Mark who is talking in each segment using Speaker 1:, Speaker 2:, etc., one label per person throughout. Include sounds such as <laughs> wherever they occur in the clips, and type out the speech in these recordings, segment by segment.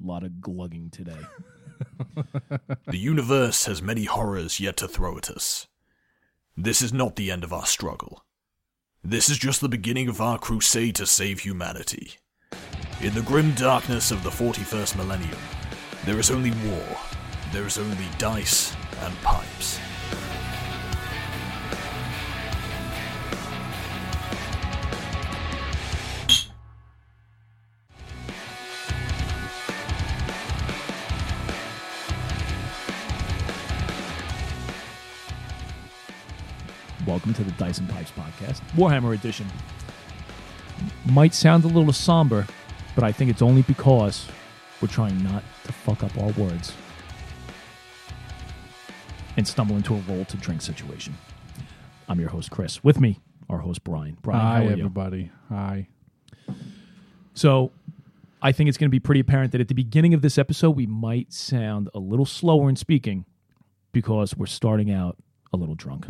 Speaker 1: lot of glugging today.
Speaker 2: The universe has many horrors yet to throw at us. This is not the end of our struggle. This is just the beginning of our crusade to save humanity. In the grim darkness of the 41st millennium, there is only war, there is only dice and pipes.
Speaker 1: <laughs> Welcome to the Dyson Pipes podcast.
Speaker 3: Warhammer Edition. Might sound a little somber, but I think it's only because we're trying not to fuck up our words
Speaker 1: and stumble into a roll to drink situation. I'm your host, Chris. With me, our host, Brian. Brian,
Speaker 3: Hi,
Speaker 1: how are you?
Speaker 3: everybody. Hi.
Speaker 1: So, I think it's going to be pretty apparent that at the beginning of this episode, we might sound a little slower in speaking because we're starting out a little drunk.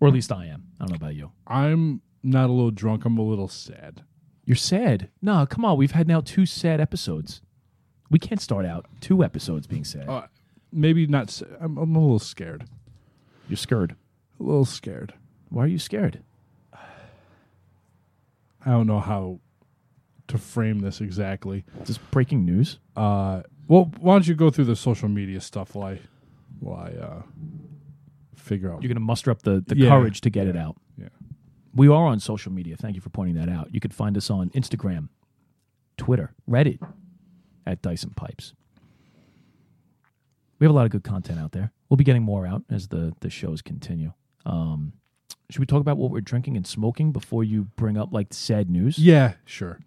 Speaker 1: Or at least I am. I don't know about you.
Speaker 3: I'm not a little drunk. I'm a little sad.
Speaker 1: You're sad. No, come on. We've had now two sad episodes. We can't start out two episodes being sad.
Speaker 3: Uh, maybe not. s- I'm, I'm a little scared.
Speaker 1: You're scared.
Speaker 3: A little scared.
Speaker 1: Why are you scared?
Speaker 3: I don't know how to frame this exactly.
Speaker 1: Is this breaking news?
Speaker 3: Uh, well, why don't you go through the social media stuff while I, while I uh, figure out?
Speaker 1: You're going to muster up the, the
Speaker 3: Yeah.
Speaker 1: courage to get it out.
Speaker 3: yeah.
Speaker 1: We are on social media. Thank you for pointing that out. You could find us on Instagram, Twitter, Reddit at Dyson Pipes. We have a lot of good content out there. We'll be getting more out as the, the shows continue. Um, should we talk about what we're drinking and smoking before you bring up like sad news?
Speaker 3: Yeah, sure.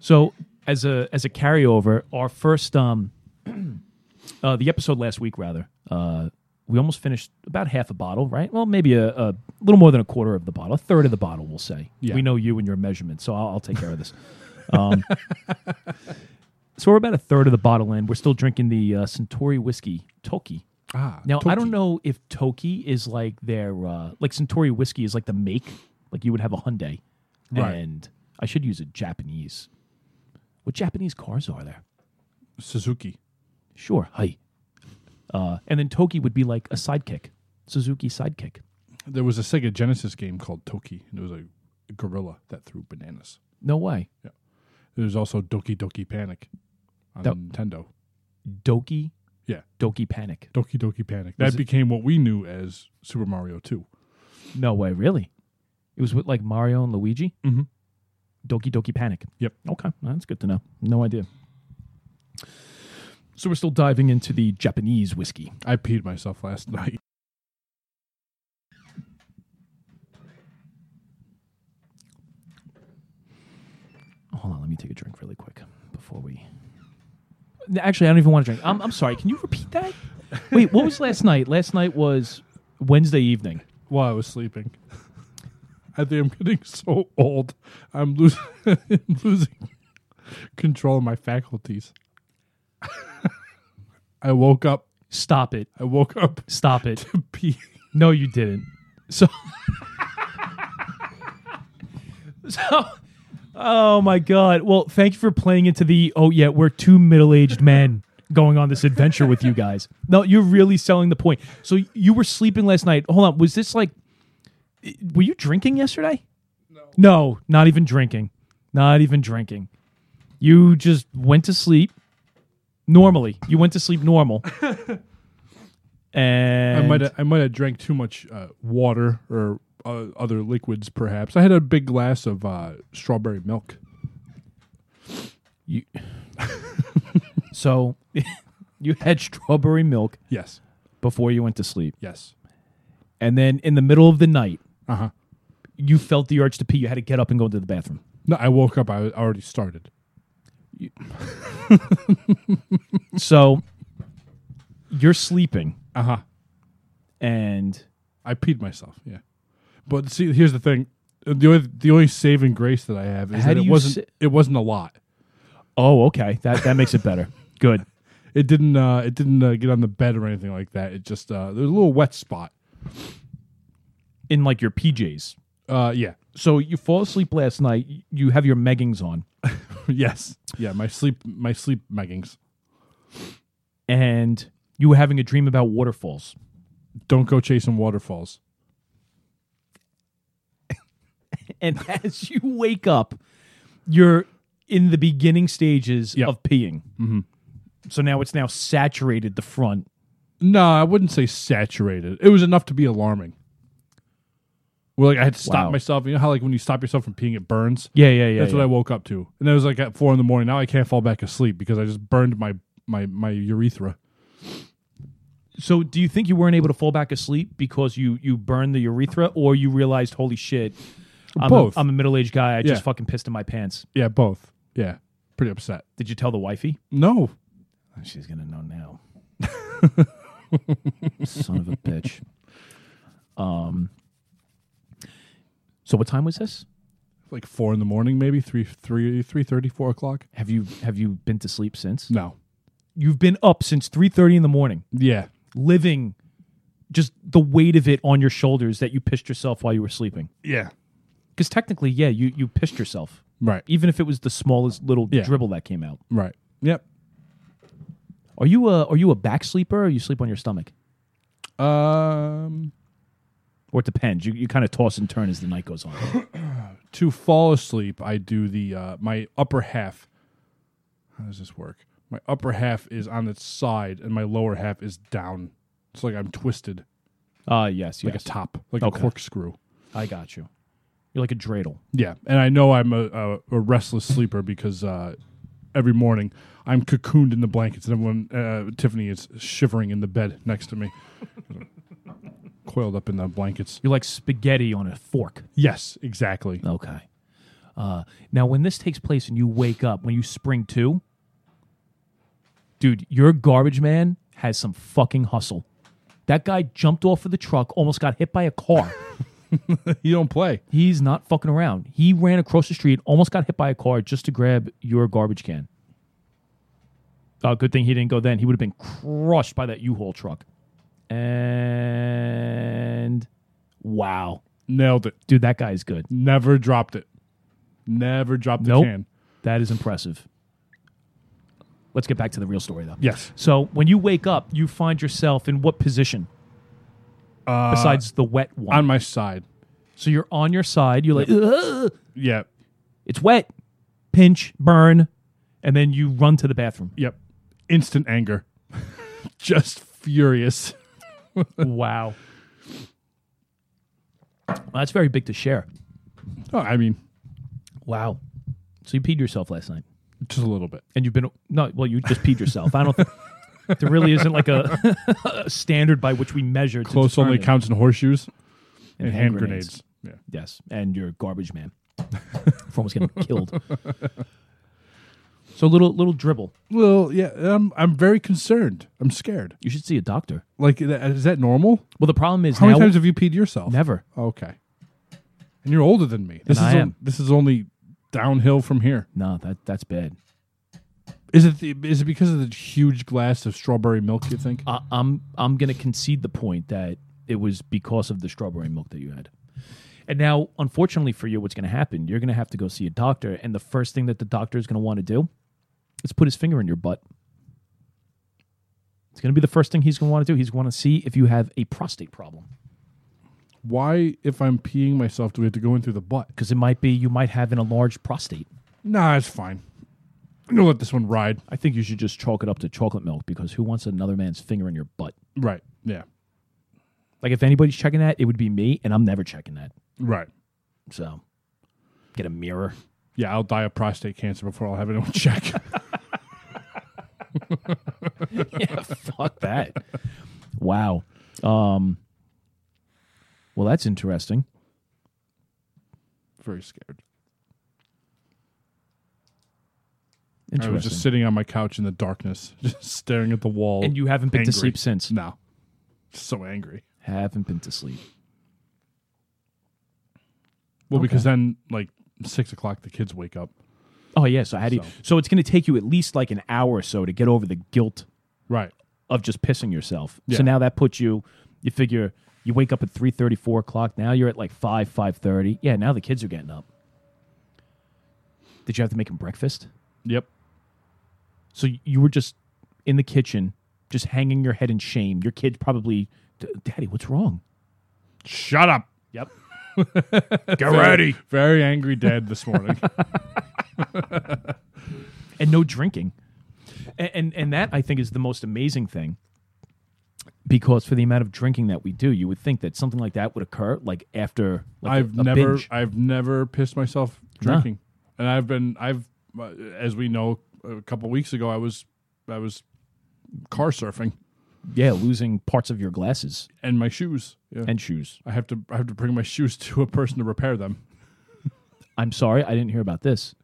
Speaker 1: So as a as a carryover, our first um <clears throat> uh the episode last week rather, uh we almost finished about half a bottle, right? Well, maybe a, a little more than a quarter of the bottle, a third of the bottle, we'll say.
Speaker 3: Yeah.
Speaker 1: We know you and your measurements, so I'll, I'll take care of this. Um, <laughs> so we're about a third of the bottle in. We're still drinking the uh, Centauri whiskey, Toki.
Speaker 3: Ah,
Speaker 1: Now I
Speaker 3: Toki.
Speaker 1: don't know if Toki is like their uh, like Centauri whiskey is like the make, like you would have a Hyundai,
Speaker 3: Right.
Speaker 1: and I should use a Japanese. What Japanese cars are there?
Speaker 3: Suzuki.
Speaker 1: Sure, hi. Uh, and then Toki would be like a sidekick, Suzuki sidekick.
Speaker 3: There was a Sega Genesis game called Toki, and it was a gorilla that threw bananas.
Speaker 1: No way,
Speaker 3: There's also Doki Doki Panic on
Speaker 1: That-
Speaker 3: Nintendo.
Speaker 1: Doki.
Speaker 3: Yeah.
Speaker 1: Doki Panic.
Speaker 3: Doki Doki Panic. That
Speaker 1: it-
Speaker 3: became what we knew as Super Mario 2.
Speaker 1: No way, really. It was with like Mario and Luigi.
Speaker 3: Mhm.
Speaker 1: Doki Doki Panic.
Speaker 3: Yep.
Speaker 1: Okay, that's good to know. No idea. So we're still diving into the Japanese whiskey.
Speaker 3: I peed myself last <laughs> night.
Speaker 1: Hold on, let me take a drink really quick before we. No, Actually, I don't even want to drink. I'm, I'm sorry. Can you repeat that? Wait, what was last night? Last night was Wednesday evening.
Speaker 3: While I was sleeping. <laughs> I think I'm getting so old. I'm losing <laughs> losing control of my faculties. <laughs> I woke up.
Speaker 1: Stop it.
Speaker 3: I woke up <laughs>
Speaker 1: Stop it.
Speaker 3: to pee.
Speaker 1: No, you didn't. So. so. Oh my God. Well, thank you for playing into the, oh, yeah, we're two middle aged men going on this adventure with you guys. No, you're really selling the point. So you were sleeping last night. Hold on. Was this like, were you drinking yesterday? No. No, not even drinking. Not even drinking. You just went to sleep normally. You went to sleep normal. and
Speaker 3: I might have, I might have drank too much uh, water or uh, other liquids, perhaps. I had a big glass of uh, strawberry milk.
Speaker 1: You so <laughs> you had strawberry milk
Speaker 3: Yes,
Speaker 1: before you went to sleep,
Speaker 3: yes.
Speaker 1: and then in the middle of the night,
Speaker 3: Uh huh.
Speaker 1: you felt the urge to pee. You had to get up and go to the bathroom.
Speaker 3: No, I woke up. I was- I already started.
Speaker 1: So you're sleeping,
Speaker 3: Uh huh.
Speaker 1: and
Speaker 3: I peed myself. Yeah. But see, here's the thing. The only the only saving grace that I have is
Speaker 1: How
Speaker 3: that
Speaker 1: do
Speaker 3: it
Speaker 1: you
Speaker 3: wasn't
Speaker 1: sa-
Speaker 3: it wasn't a lot.
Speaker 1: oh, okay, that that makes it better. <laughs> Good.
Speaker 3: It didn't uh, it didn't uh, get on the bed or anything like that. It just uh, there's a little wet spot.
Speaker 1: In like your PJs.
Speaker 3: Uh, yeah. <laughs>
Speaker 1: So you fall asleep last night. You have your meggings on.
Speaker 3: yes. Yeah, my sleep my sleep meggings.
Speaker 1: and you were having a dream about waterfalls.
Speaker 3: Don't go chasing waterfalls.
Speaker 1: And <laughs> as you wake up, you're in the beginning stages
Speaker 3: Yep.
Speaker 1: of peeing. Mm-hmm. So now it's now saturated the front.
Speaker 3: No, I wouldn't say saturated. It was enough to be alarming. Well, like I had to stop
Speaker 1: Wow.
Speaker 3: myself. You know how like when you stop yourself from peeing, it burns.
Speaker 1: Yeah, yeah, yeah.
Speaker 3: That's what I woke up to, and it was like at four in the morning. Now I can't fall back asleep because I just burned my my my urethra.
Speaker 1: so do you think you weren't able to fall back asleep because you you burned the urethra, or you realized, holy shit, I'm
Speaker 3: Both.
Speaker 1: A, I'm a middle aged guy. I
Speaker 3: Yeah.
Speaker 1: just fucking pissed in my pants.
Speaker 3: Yeah, both. Yeah, pretty upset.
Speaker 1: Did you tell the wifey?
Speaker 3: No,
Speaker 1: Oh, She's gonna know now. <laughs> Son of a bitch. Um. So what time was this?
Speaker 3: like four in the morning, maybe three three three thirty, four o'clock.
Speaker 1: Have you have you been to sleep since?
Speaker 3: No.
Speaker 1: You've been up since three thirty in the morning,
Speaker 3: Yeah,
Speaker 1: living just the weight of it on your shoulders that you pissed yourself while you were sleeping.
Speaker 3: yeah,
Speaker 1: Because technically, yeah, you you pissed yourself,
Speaker 3: right,
Speaker 1: even if it was the smallest little
Speaker 3: Yeah.
Speaker 1: dribble that came out.
Speaker 3: right. Yep.
Speaker 1: Are you a are you a back sleeper, or you sleep on your stomach,
Speaker 3: Um,
Speaker 1: or it depends? You you kind of toss and turn as the night goes on.
Speaker 3: to fall asleep, I do the uh, my upper half. How does this work? My upper half is on its side, and my lower half is down. It's like I'm twisted,
Speaker 1: Ah, yes,
Speaker 3: like
Speaker 1: yes,
Speaker 3: a top, like
Speaker 1: Okay.
Speaker 3: a corkscrew.
Speaker 1: I got you. You're like a dreidel.
Speaker 3: Yeah, and I know I'm a, a, a restless sleeper because uh, every morning I'm cocooned in the blankets, and everyone, uh, Tiffany is shivering in the bed next to me, <laughs> coiled up in the blankets.
Speaker 1: You're like spaghetti on a fork.
Speaker 3: Yes, <laughs> exactly.
Speaker 1: Okay. Uh, now, when this takes place and you wake up, when you spring to, dude, your garbage man has some fucking hustle. That guy jumped off of the truck, almost got hit by a car.
Speaker 3: You don't play.
Speaker 1: He's not fucking around. He ran across the street, almost got hit by a car just to grab your garbage can. Uh, good thing he didn't go then. He would have been crushed by that U Haul truck. And wow.
Speaker 3: Nailed it.
Speaker 1: Dude, that guy is good.
Speaker 3: Never dropped it. Never dropped the
Speaker 1: Nope.
Speaker 3: can.
Speaker 1: That is impressive. Let's get back to the real story, though.
Speaker 3: Yes.
Speaker 1: So when you wake up, you find yourself in what position
Speaker 3: Uh,
Speaker 1: besides the wet one?
Speaker 3: on my side.
Speaker 1: so you're on your side. You're like, "Ugh,
Speaker 3: Yeah.
Speaker 1: it's wet. Pinch, burn, and then you run to the
Speaker 3: <laughs>
Speaker 1: bathroom.
Speaker 3: Yep. Instant anger. <laughs> Just furious.
Speaker 1: wow. Well, that's very big to share.
Speaker 3: Oh, I mean,
Speaker 1: Wow. So you peed yourself last night,
Speaker 3: just a little bit.
Speaker 1: and you've been no. Well, you just peed yourself. I don't. think <laughs> There really isn't like a, <laughs> a standard by which we measure. to
Speaker 3: Close only
Speaker 1: determine.
Speaker 3: counts in horseshoes and,
Speaker 1: And
Speaker 3: hand
Speaker 1: hand
Speaker 3: grenades. Yeah.
Speaker 1: Yes, and your garbage
Speaker 3: <laughs>
Speaker 1: man. For almost getting killed. So little little dribble.
Speaker 3: Well, yeah, I'm, I'm very concerned. I'm scared.
Speaker 1: You should see a doctor.
Speaker 3: Like, th- is that normal?
Speaker 1: Well, the problem is
Speaker 3: How
Speaker 1: now
Speaker 3: many times have you peed yourself?
Speaker 1: never.
Speaker 3: Okay. And you're older than me. This
Speaker 1: And
Speaker 3: is
Speaker 1: I
Speaker 3: on-
Speaker 1: am.
Speaker 3: this is only downhill from here.
Speaker 1: No, that that's bad.
Speaker 3: Is it the, is it because of the huge glass of strawberry milk? You think?
Speaker 1: I, I'm I'm going to concede the point that it was because of the strawberry milk that you had. And now, unfortunately for you, what's going to happen? You're going to have to go see a doctor, and the first thing that the doctor is going to want to do is put his finger in your butt. It's going to be the first thing he's going to want to do. He's going to see if you have a prostate problem.
Speaker 3: Why, if I'm peeing myself, do we have to go in through the butt?
Speaker 1: because it might be you might have an enlarged prostate.
Speaker 3: Nah, it's fine. I'm gonna let this one ride.
Speaker 1: I think you should just chalk it up to chocolate milk because who wants another man's finger in your butt?
Speaker 3: Right. Yeah.
Speaker 1: Like if anybody's checking that, it would be me, and I'm never checking that.
Speaker 3: Right.
Speaker 1: So get a mirror. <laughs>
Speaker 3: Yeah, I'll die of prostate cancer before I'll have anyone <laughs> check.
Speaker 1: yeah, fuck that. Wow. Um. Well, that's interesting.
Speaker 3: Very scared. I
Speaker 1: Interesting.
Speaker 3: was just sitting on my couch in the darkness, <laughs> just staring at the wall.
Speaker 1: and you haven't been
Speaker 3: angry.
Speaker 1: to sleep since.
Speaker 3: No. So angry.
Speaker 1: Haven't been to sleep.
Speaker 3: Well, because then like six o'clock the kids wake up.
Speaker 1: Oh yeah. So how do you?
Speaker 3: So-
Speaker 1: So it's going to take you at least like an hour or so to get over the guilt
Speaker 3: Right.
Speaker 1: of just pissing yourself.
Speaker 3: Yeah.
Speaker 1: So now that puts you, you figure you wake up at 3.30, 4 o'clock. Now you're at like 5, 5.30. Yeah, now the kids are getting up. Did you have to make him breakfast?
Speaker 3: Yep.
Speaker 1: So y- you were just in the kitchen, just hanging your head in shame. Your kid probably, "D- Daddy, what's wrong?
Speaker 3: Shut <laughs> up.
Speaker 1: Yep.
Speaker 3: Get ready. Very angry dad <laughs> this morning.
Speaker 1: and no drinking. And, and and that I think is the most amazing thing. Because for the amount of drinking that we do, you would think that something like that would occur like after like a-
Speaker 3: I've
Speaker 1: a
Speaker 3: never
Speaker 1: binge.
Speaker 3: I've never pissed myself drinking, and I've been I've uh, as we know a couple weeks ago I was I was car surfing
Speaker 1: yeah, losing parts of your glasses
Speaker 3: and my shoes. Yeah.
Speaker 1: and shoes.
Speaker 3: I have to I have to bring my <laughs> shoes to a person to repair them.
Speaker 1: I'm sorry, I didn't hear about this.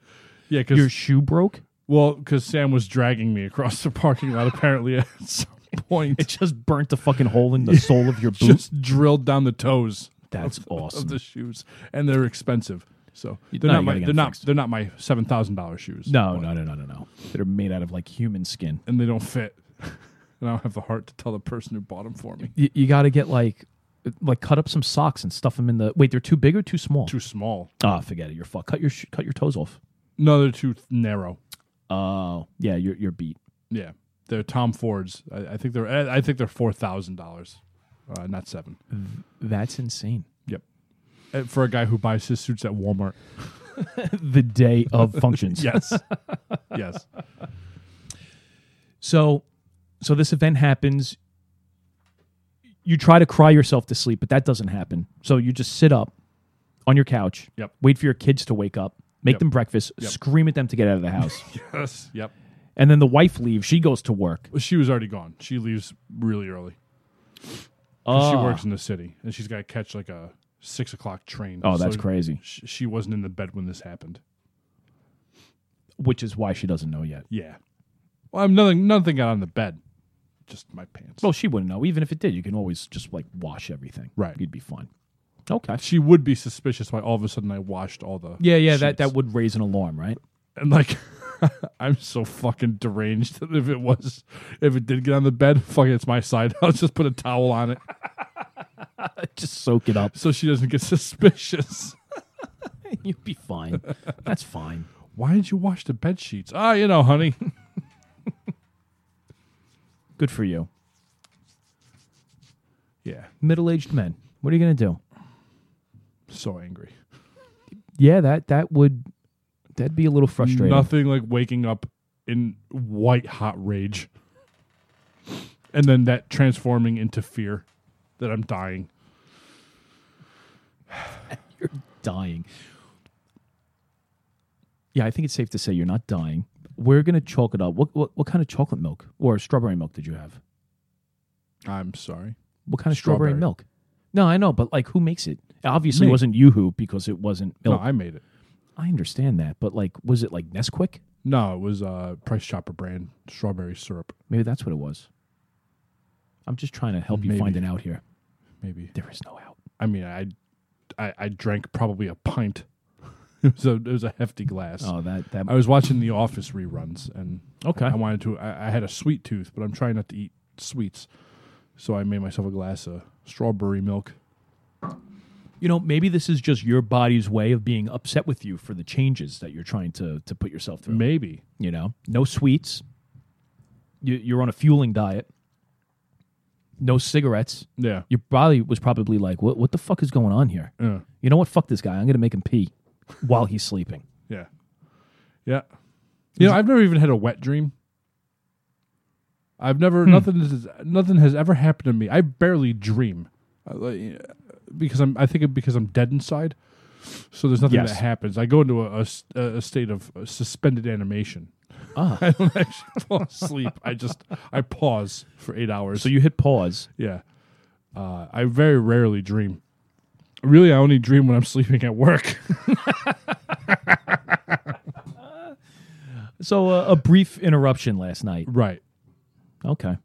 Speaker 3: Yeah,
Speaker 1: Your
Speaker 3: because
Speaker 1: shoe broke?
Speaker 3: well, because Sam was dragging me across the parking lot apparently at <laughs> some
Speaker 1: It
Speaker 3: point,
Speaker 1: just burnt a fucking hole <laughs> in the sole of your boot.
Speaker 3: just <laughs> drilled down the toes
Speaker 1: That's awesome.
Speaker 3: of the shoes, and they're expensive. So they're
Speaker 1: no,
Speaker 3: not
Speaker 1: you gotta
Speaker 3: my
Speaker 1: get
Speaker 3: they're
Speaker 1: them
Speaker 3: not
Speaker 1: fixed.
Speaker 3: they're not my seven thousand dollars shoes.
Speaker 1: no, no, no, no, no, no. They're made out of like human skin.
Speaker 3: and they don't fit. <laughs> and I don't have the heart to tell the person who bought them for me.
Speaker 1: You, you got to get like like cut up some socks and stuff them in the Wait, they're too big or <laughs> too small?
Speaker 3: Too small.
Speaker 1: Ah, forget it. You're fuck. Cut your sh- cut your toes off.
Speaker 3: No, they're too th- narrow.
Speaker 1: Oh, yeah, you're you're beat.
Speaker 3: Yeah, they're Tom Fords. I, I think they're. I I think they're four thousand dollars, uh, not seven.
Speaker 1: That's insane.
Speaker 3: Yep. Uh, For a guy who buys his suits at Walmart.
Speaker 1: The day of <laughs> functions.
Speaker 3: Yes. <laughs> yes.
Speaker 1: So, so this event happens. You try to cry yourself to sleep, but that doesn't happen. So you just sit up on your couch.
Speaker 3: Yep.
Speaker 1: Wait for your kids to wake up. Make
Speaker 3: Yep.
Speaker 1: them breakfast. Scream at them to get out of the <laughs> house.
Speaker 3: Yes. Yep.
Speaker 1: and then the wife leaves. She goes to work.
Speaker 3: Well, she was already gone. She leaves really early. 'Cause She
Speaker 1: Ah.
Speaker 3: works in the city, and she's got to catch like a six o'clock train.
Speaker 1: Oh, that's
Speaker 3: So
Speaker 1: crazy.
Speaker 3: sh- She wasn't in the bed when this happened.
Speaker 1: Which is why she doesn't know yet.
Speaker 3: Yeah. Well, I'm nothing. Nothing got on the bed. Just my pants.
Speaker 1: Well, she wouldn't know. Even if it did, you can always just like wash everything.
Speaker 3: Right.
Speaker 1: You'd be fine. Okay.
Speaker 3: she would be suspicious why all of a sudden I washed all the
Speaker 1: Yeah, yeah. That
Speaker 3: sheets.
Speaker 1: that would raise an alarm, right?
Speaker 3: and like <laughs> I'm so fucking deranged that if it was if it did get on the bed fuck it, it's my side <laughs> I'll just put a towel on it
Speaker 1: <laughs> Just soak it up. <laughs>
Speaker 3: so she doesn't get <laughs> suspicious
Speaker 1: You'll be fine. That's fine.
Speaker 3: why did you wash the bed sheets ah you know honey <laughs>
Speaker 1: Good for you.
Speaker 3: yeah
Speaker 1: Middle aged men. What are you gonna do?
Speaker 3: so angry
Speaker 1: Yeah, that that would that'd be a little frustrating.
Speaker 3: nothing like waking up in white hot rage and then that transforming into fear that I'm dying
Speaker 1: Dying. Yeah, I think it's safe to say you're not dying. We're gonna chalk it up. What what, what kind of chocolate milk or strawberry milk did you have?
Speaker 3: I'm sorry
Speaker 1: What kind of strawberry,
Speaker 3: Strawberry.
Speaker 1: milk? No, I know, but like who makes it? It Obviously
Speaker 3: Me.
Speaker 1: wasn't Yoo-Hoo because it wasn't
Speaker 3: no
Speaker 1: milk.
Speaker 3: I made it
Speaker 1: I understand that, but like was it like Nesquik?
Speaker 3: No, it was uh, Price Chopper brand strawberry syrup.
Speaker 1: Maybe that's what it was. I'm just trying to help you
Speaker 3: Maybe.
Speaker 1: find an out here.
Speaker 3: Maybe
Speaker 1: There is no out.
Speaker 3: I mean I, I, I drank probably a pint. <laughs> it was a it was a hefty glass.
Speaker 1: Oh, that that
Speaker 3: I was watching The Office reruns and
Speaker 1: Okay.
Speaker 3: I, I wanted to. I, I had a sweet tooth, but I'm trying not to eat sweets, so I made myself a glass of strawberry milk.
Speaker 1: you know, maybe this is just your body's way of being upset with you for the changes that you're trying to to put yourself through.
Speaker 3: Maybe
Speaker 1: You know, no sweets. You, you're on a fueling diet. No cigarettes.
Speaker 3: yeah.
Speaker 1: Your body was probably like, "What? What the fuck is going on here?"
Speaker 3: Yeah.
Speaker 1: You know what? Fuck this guy. I'm gonna make him pee while he's sleeping.
Speaker 3: Yeah. Yeah. You know, I've never even had a wet dream. I've
Speaker 1: Hmm.
Speaker 3: never nothing has, nothing has ever happened to me. I barely dream. I, like, because I'm I think it because I'm dead inside. So there's nothing
Speaker 1: Yes.
Speaker 3: that happens. I go into a, a s- a state of uh, suspended animation. <laughs>
Speaker 1: Ah.
Speaker 3: I don't actually fall asleep. I just I pause for 8 hours.
Speaker 1: So you hit pause.
Speaker 3: yeah. Uh, I very rarely dream. Really, I only dream when I'm <laughs> sleeping at work.
Speaker 1: So uh, a brief interruption last night.
Speaker 3: right.
Speaker 1: Okay,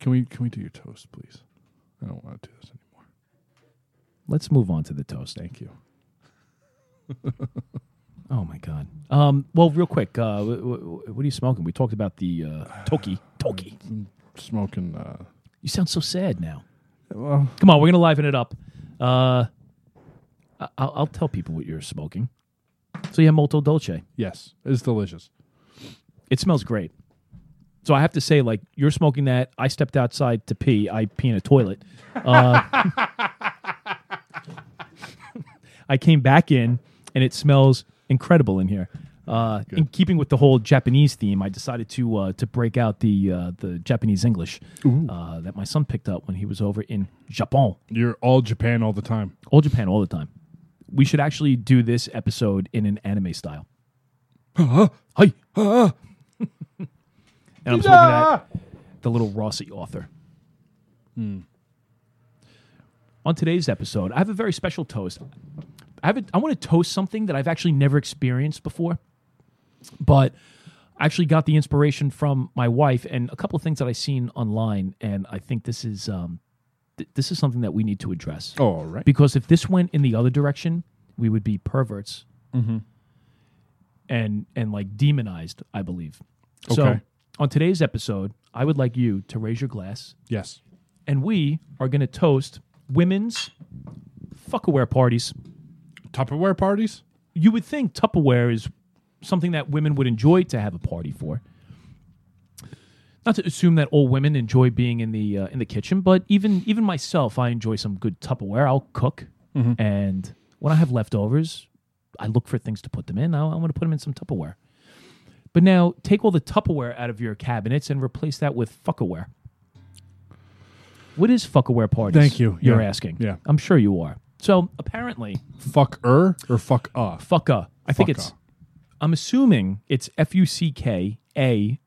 Speaker 3: Can we can we do your toast, please? I don't want to do this anymore.
Speaker 1: let's move on to the toast. eh?
Speaker 3: Thank you.
Speaker 1: Oh my god. Um. Well, real quick. Uh, w- w- what are you smoking? We talked about the uh, Toki. Toki.
Speaker 3: Smoking. Uh,
Speaker 1: You sound so sad now.
Speaker 3: well,
Speaker 1: Come on, we're gonna liven it up. Uh, I- I'll, I'll tell people what you're smoking. So you have molto dolce.
Speaker 3: Yes, it's delicious.
Speaker 1: It smells great. So I have to say, like, you're smoking that. I stepped outside to pee. I pee in a toilet. Uh, <laughs> I came back in, and it smells incredible in here. Uh, in keeping with the whole Japanese theme, I decided to uh, to break out the uh, the Japanese English uh, that my son picked up when he was over in Japan,
Speaker 3: You're all Japan all the time.
Speaker 1: all Japan, all the time. We should actually do this episode in an anime style. Hi. and I'm smoking at the little Rossi author. On today's episode, I have a very special toast. I have a, I want to toast something that I've actually never experienced before, but I actually got the inspiration from my wife and a couple of things that I've seen online, and I think this is um, th- this is something that we need to address.
Speaker 3: All right.
Speaker 1: Because if this went in the other direction, we would be perverts and and like demonized, I believe. So
Speaker 3: Okay.
Speaker 1: on today's episode, I would like you to raise your glass
Speaker 3: yes.
Speaker 1: and we are gonna toast women's fuckaware parties.
Speaker 3: Tupperware parties?
Speaker 1: You would think Tupperware is something that women would enjoy to have a party for. Not to assume that all women enjoy being in the uh, in the kitchen, but even even myself, I enjoy some good Tupperware. I'll cook,
Speaker 3: Mm-hmm.
Speaker 1: and when I have leftovers, I look for things to put them in. I, I want to put them in some Tupperware. But now, take all the Tupperware out of your cabinets and replace that with fuckaware. What is fuckaware parties?
Speaker 3: Thank you.
Speaker 1: You're
Speaker 3: Yeah.
Speaker 1: asking.
Speaker 3: Yeah.
Speaker 1: I'm sure you are. So apparently,
Speaker 3: Fuck er or fuck off?
Speaker 1: fucka. I think
Speaker 3: Fucka.
Speaker 1: it's. I'm assuming it's F U C K A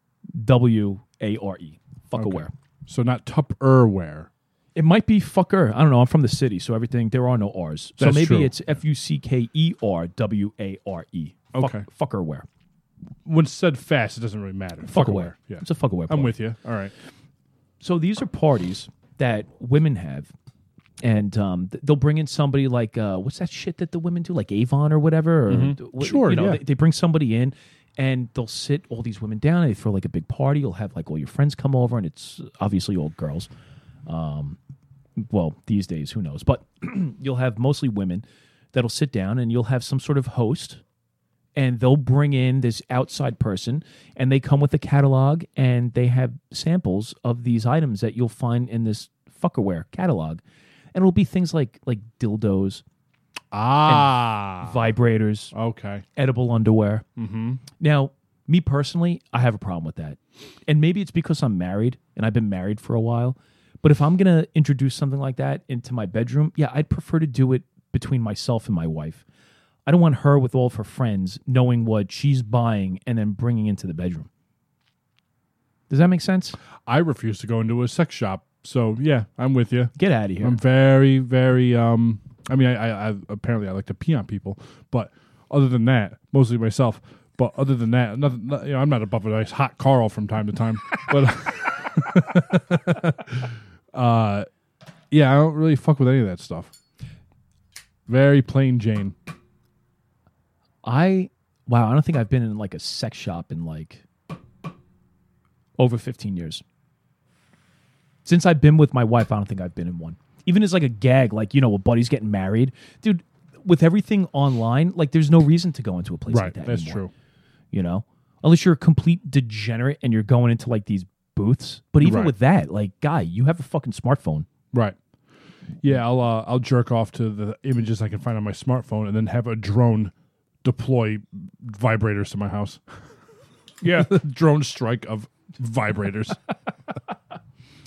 Speaker 1: W A R E. Fuckaware.
Speaker 3: So not Tupperware.
Speaker 1: It might be fucker. I don't know. I'm from the city, so everything there are no R's. So
Speaker 3: That's
Speaker 1: maybe
Speaker 3: true.
Speaker 1: it's F U C K E R W A R E. Fuck-
Speaker 3: Okay.
Speaker 1: Fuckerware.
Speaker 3: When said fast, it doesn't really matter.
Speaker 1: Fuckaware.
Speaker 3: Yeah.
Speaker 1: It's a fuckaware.
Speaker 3: I'm
Speaker 1: party.
Speaker 3: with you. All right.
Speaker 1: so these are parties that women have and um, th- they'll bring in somebody like uh, what's that shit that the women do like avon or whatever or wh-
Speaker 3: Mm-hmm. Sure,
Speaker 1: you know
Speaker 3: yeah.
Speaker 1: they, they bring somebody in and they'll sit all these women down and they throw like a big party you'll have like all your friends come over and it's obviously all girls um, well these days who knows but <clears throat> you'll have mostly women that'll sit down and you'll have some sort of host and they'll bring in this outside person and they come with a catalog and they have samples of these items that you'll find in this fuckerware catalog and it'll be things like like dildos
Speaker 3: Ah.
Speaker 1: vibrators
Speaker 3: okay.
Speaker 1: edible underwear mm-hmm. now me personally i have a problem with that and maybe it's because i'm married and i've been married for a while but if i'm going to introduce something like that into my bedroom yeah i'd prefer to do it between myself and my wife i don't want her with all of her friends knowing what she's buying and then bringing into the bedroom does that make sense
Speaker 3: I refuse to go into a sex shop. So yeah, I'm with you.
Speaker 1: get out of here
Speaker 3: I'm very, very. Um, I mean, I, I, I apparently I like to pee on people, but other than that, mostly myself. But other than that, nothing. no- you know, I'm not above a nice hot Carl from time to time. but <laughs> uh, yeah, I don't really fuck with any of that stuff. Very plain Jane.
Speaker 1: i wow i don't think i've been in like a sex shop in like over 15 years since I've been with my wife, I don't think I've been in one. Even as like a gag, like you know, a buddy's getting married, dude. With everything online, like there's no reason to go into a place
Speaker 3: Right,
Speaker 1: like that.
Speaker 3: that's
Speaker 1: anymore,
Speaker 3: true.
Speaker 1: You know, unless you're a complete degenerate and you're going into like these booths. But even
Speaker 3: Right.
Speaker 1: with that, like, guy, you have a fucking smartphone.
Speaker 3: Right. Yeah, I'll uh, I'll jerk off to the images I can find on my smartphone, and then have a drone deploy vibrators to my house. <laughs> Yeah, <laughs> drone strike of vibrators.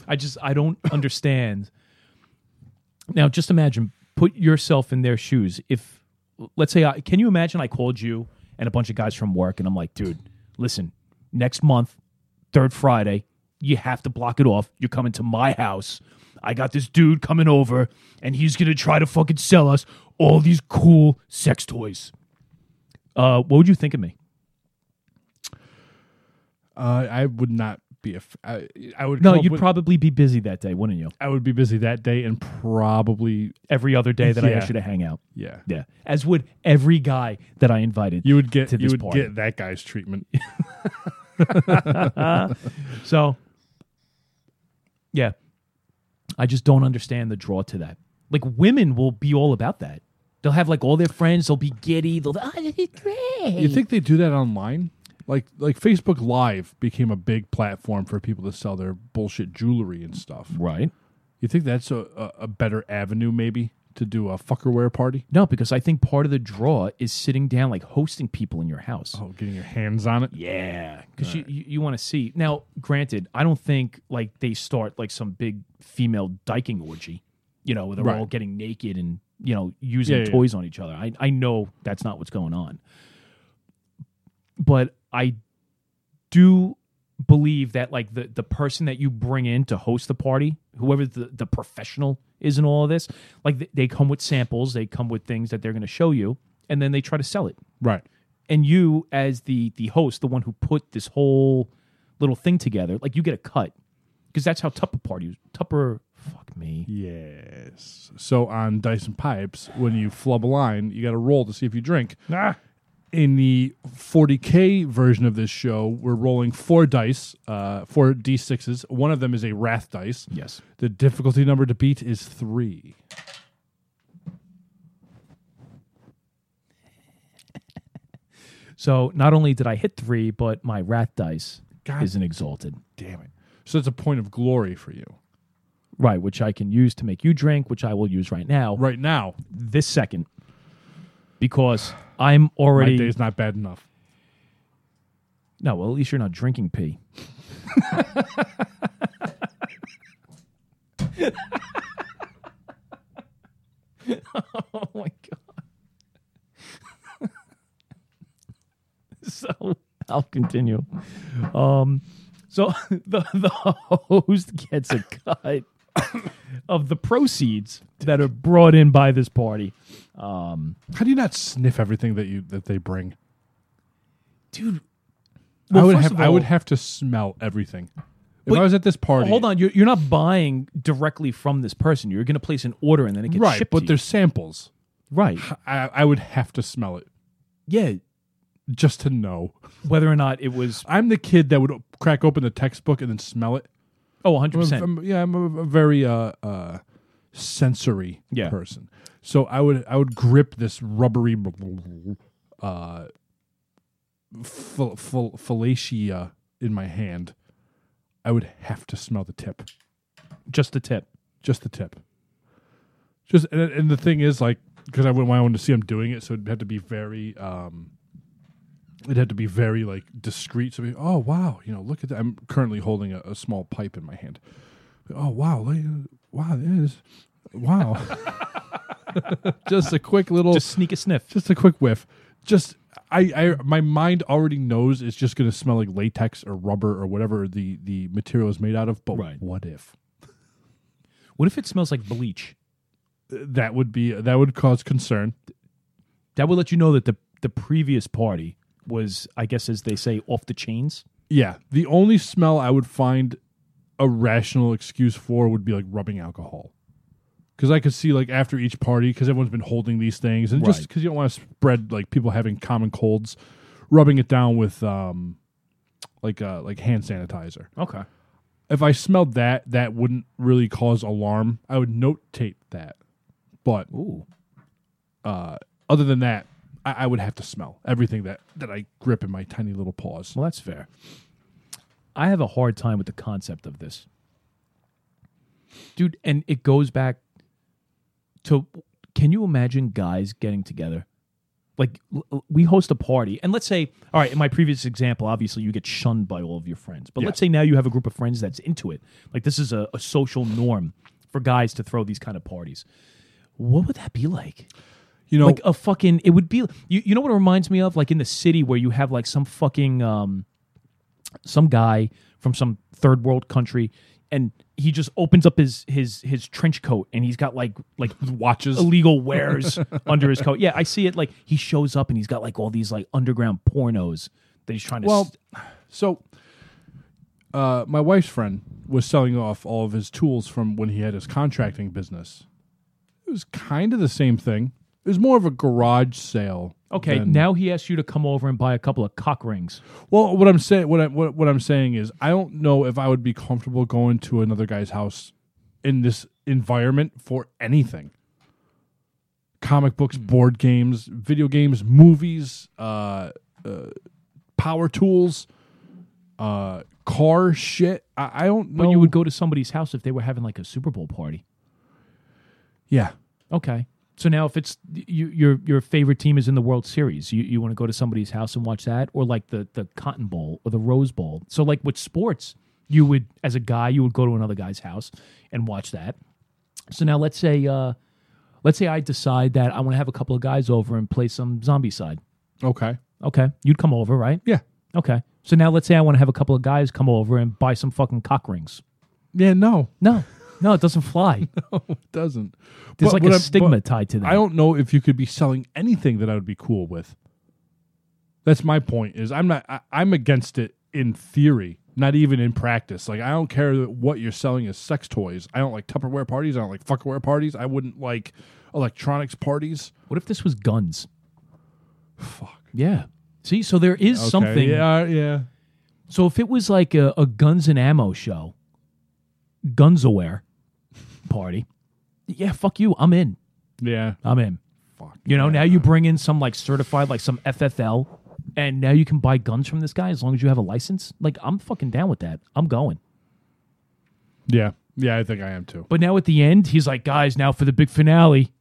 Speaker 1: I just I don't <laughs> understand. Now, just imagine put yourself in their shoes. If let's say, I, can you imagine? I called you and a bunch of guys from work, and I'm like, dude, listen, next month, third Friday, you have to block it off. You're coming to my house. I got this dude coming over, and he's gonna try to fucking sell us all these cool sex toys. Uh, what would you think of me?
Speaker 3: <laughs> uh, I would not be a. F- I, I would
Speaker 1: No,
Speaker 3: come up
Speaker 1: you'd
Speaker 3: with-
Speaker 1: probably be busy that day, wouldn't you?
Speaker 3: I would be busy that day, and probably
Speaker 1: Every other day that I
Speaker 3: Yeah.
Speaker 1: asked you to hang out.
Speaker 3: yeah.
Speaker 1: Yeah, as would every guy that I invited.
Speaker 3: You would get
Speaker 1: To
Speaker 3: you
Speaker 1: this
Speaker 3: would
Speaker 1: party.
Speaker 3: get that guy's treatment.
Speaker 1: so, yeah, I just don't understand the draw to that. Like women will be all about that. They'll have like all their friends. They'll be giddy. They'll oh, this is great.
Speaker 3: <laughs> You think they do that online? Like like Facebook Live became a big platform for people to sell their bullshit jewelry and stuff.
Speaker 1: right?
Speaker 3: You think that's a, a, a better avenue maybe to do a fuckerware party?
Speaker 1: No, because I think part of the draw is sitting down, like hosting people in your house.
Speaker 3: Oh, getting your hands on it.
Speaker 1: Yeah, because you, you, you want to see. Now, granted, I don't think like they start like some big female dyking orgy, you know, where they're
Speaker 3: Right.
Speaker 1: all getting naked and you know using
Speaker 3: Yeah, yeah,
Speaker 1: toys on each other. I I know that's not what's going on, but I do believe that like the the person that you bring in to host the party, whoever the the professional is in all of this, like th- they come with samples, they come with things that they're going to show you, and then they try to sell it
Speaker 3: Right.
Speaker 1: and you as the the host the one who put this whole little thing together like you get a cut because that's how tupper parties tupper fuck me
Speaker 3: Yes. So on Dyson Pipes, when you flub a line, you got to roll to see if you drink. In the 40K version of this show, we're rolling four dice, uh, four D6s. One of them is a Wrath dice.
Speaker 1: yes
Speaker 3: The difficulty number to beat is three.
Speaker 1: so not only did i hit three but my rat dice
Speaker 3: God.
Speaker 1: isn't exalted
Speaker 3: Damn it. So it's a point of glory for you.
Speaker 1: right which i can use to make you drink which i will use right now
Speaker 3: Right now,
Speaker 1: this second because i'm
Speaker 3: my
Speaker 1: already
Speaker 3: day's not bad enough.
Speaker 1: No, well, at least you're not drinking pee. oh my god. <laughs> so I'll continue. Um so <laughs> the the host gets a cut of the proceeds that are brought in by this party.
Speaker 3: How do you not sniff everything that you that they bring?
Speaker 1: Dude,
Speaker 3: I would
Speaker 1: first
Speaker 3: have
Speaker 1: of
Speaker 3: I would
Speaker 1: all-
Speaker 3: have to smell everything. If I was at this party,
Speaker 1: hold on, you're, you're not buying directly from this person. You're going to place an order and then it gets
Speaker 3: right?
Speaker 1: shipped.
Speaker 3: But
Speaker 1: to you.
Speaker 3: there's samples.
Speaker 1: right,
Speaker 3: I, I would have to smell it
Speaker 1: yeah.
Speaker 3: just to know.
Speaker 1: Whether or not it was
Speaker 3: I'm the kid that would crack open the textbook and then smell it.
Speaker 1: oh 100
Speaker 3: I'm a-
Speaker 1: percent.
Speaker 3: I'm- yeah, I'm a, a very uh, uh, sensory
Speaker 1: Yeah.
Speaker 3: person. So I would I would grip this rubbery uh, fa- fa- fallacia in my hand. I would have to smell the tip,
Speaker 1: Just the tip.
Speaker 3: just the tip. Just and, and the thing is like because I wouldn't want to see him doing it, so it'd have to be very. Um, It'd have to be very like discreet. So, be, oh wow, you know, look at that. I'm currently holding a, a small pipe in my hand. Oh wow, look, wow, this, is- wow. <laughs> just a quick little,
Speaker 1: Just
Speaker 3: just,
Speaker 1: sneak a sniff.
Speaker 3: a quick whiff. Just I, I, my mind already knows it's just going to smell like latex or rubber or whatever the the material is made out of. But
Speaker 1: Right.
Speaker 3: what if
Speaker 1: What if it smells like bleach?
Speaker 3: that would be that would cause concern?
Speaker 1: That would let you know that the the previous party was, I guess, as they say, off the chains.
Speaker 3: Yeah, the only smell I would find a rational excuse for would be like rubbing alcohol. Because I could see like after each party, because everyone's been holding these things, and just
Speaker 1: Right.
Speaker 3: because you don't want to spread like people having common colds, rubbing it down with um, like uh, like hand sanitizer.
Speaker 1: Okay.
Speaker 3: If I smelled that, that wouldn't really cause alarm. I would notate that, but
Speaker 1: Ooh.
Speaker 3: uh, other than that, I, I would have to smell everything that that I grip in my tiny little paws.
Speaker 1: Well, that's fair. I have a hard time with the concept of this. Dude, and it goes back to can you imagine guys getting together? Like l- l- we host a party and let's say all right, in my previous example, obviously you get shunned by all of your friends. But
Speaker 3: Yeah.
Speaker 1: let's say now you have a group of friends that's into it. Like this is a, a social norm for guys to throw these kind of parties. What would that be like?
Speaker 3: You know,
Speaker 1: like a fucking it would be you, you know what it reminds me of like in the city where you have like some fucking um some guy from some third world country and he just opens up his his his trench coat and he's got like like
Speaker 3: watches.
Speaker 1: illegal wares under his coat yeah i see it like he shows up and he's got like all these like underground pornos that he's trying to
Speaker 3: Well,
Speaker 1: s-
Speaker 3: so uh, my wife's friend was selling off all of his tools from when he had his contracting business. It was kind of the same thing. It was more of a garage sale.
Speaker 1: okay
Speaker 3: than-
Speaker 1: now he asks you to come over and buy a couple of cock rings
Speaker 3: Well, what I'm saying, what, I, what what I'm saying is, I don't know if I would be comfortable going to another guy's house in this environment for anything. comic books,
Speaker 1: Hmm.
Speaker 3: board games, video games, movies, uh, uh, power tools, uh, car shit. I, I don't know.
Speaker 1: But you would go to somebody's house if they were having like a Super Bowl party.
Speaker 3: yeah.
Speaker 1: Okay. So now, if it's you, your your favorite team is in the World Series, you, you want to go to somebody's house and watch that, or like the the Cotton Bowl or the Rose Bowl. So like with sports, you would as a guy you would go to another guy's house and watch that. So now let's say uh, let's say I decide that I want to have a couple of guys over and play some zombie side.
Speaker 3: Okay.
Speaker 1: Okay, you'd come over, right?
Speaker 3: Yeah.
Speaker 1: Okay. So now let's say I want to have a couple of guys come over and buy some fucking cock rings.
Speaker 3: Yeah. No,
Speaker 1: No, no, it doesn't fly.
Speaker 3: it doesn't.
Speaker 1: There's like
Speaker 3: But what I-
Speaker 1: a
Speaker 3: but
Speaker 1: stigma tied to that.
Speaker 3: I don't know if you could be selling anything that I would be cool with. That's my point. Is I'm not. I, I'm against it in theory, not even in practice. Like I don't care that what you're selling is sex toys. I don't like Tupperware parties. I don't like fuckerware parties. I wouldn't like electronics parties.
Speaker 1: what if this was guns?
Speaker 3: Fuck.
Speaker 1: Yeah. See, so there is
Speaker 3: Okay,
Speaker 1: something.
Speaker 3: Yeah. Yeah.
Speaker 1: So if it was like a, a guns and ammo show, guns aware party, yeah, fuck you. I'm in.
Speaker 3: Yeah.
Speaker 1: I'm in.
Speaker 3: Fuck.
Speaker 1: You know, now you bring in some like certified, like some FFL, and now you can buy guns from this guy as long as you have a license. Like, I'm fucking down with that. I'm going.
Speaker 3: Yeah. Yeah. I think I am too.
Speaker 1: But now at the end, he's like, guys, now for the big finale,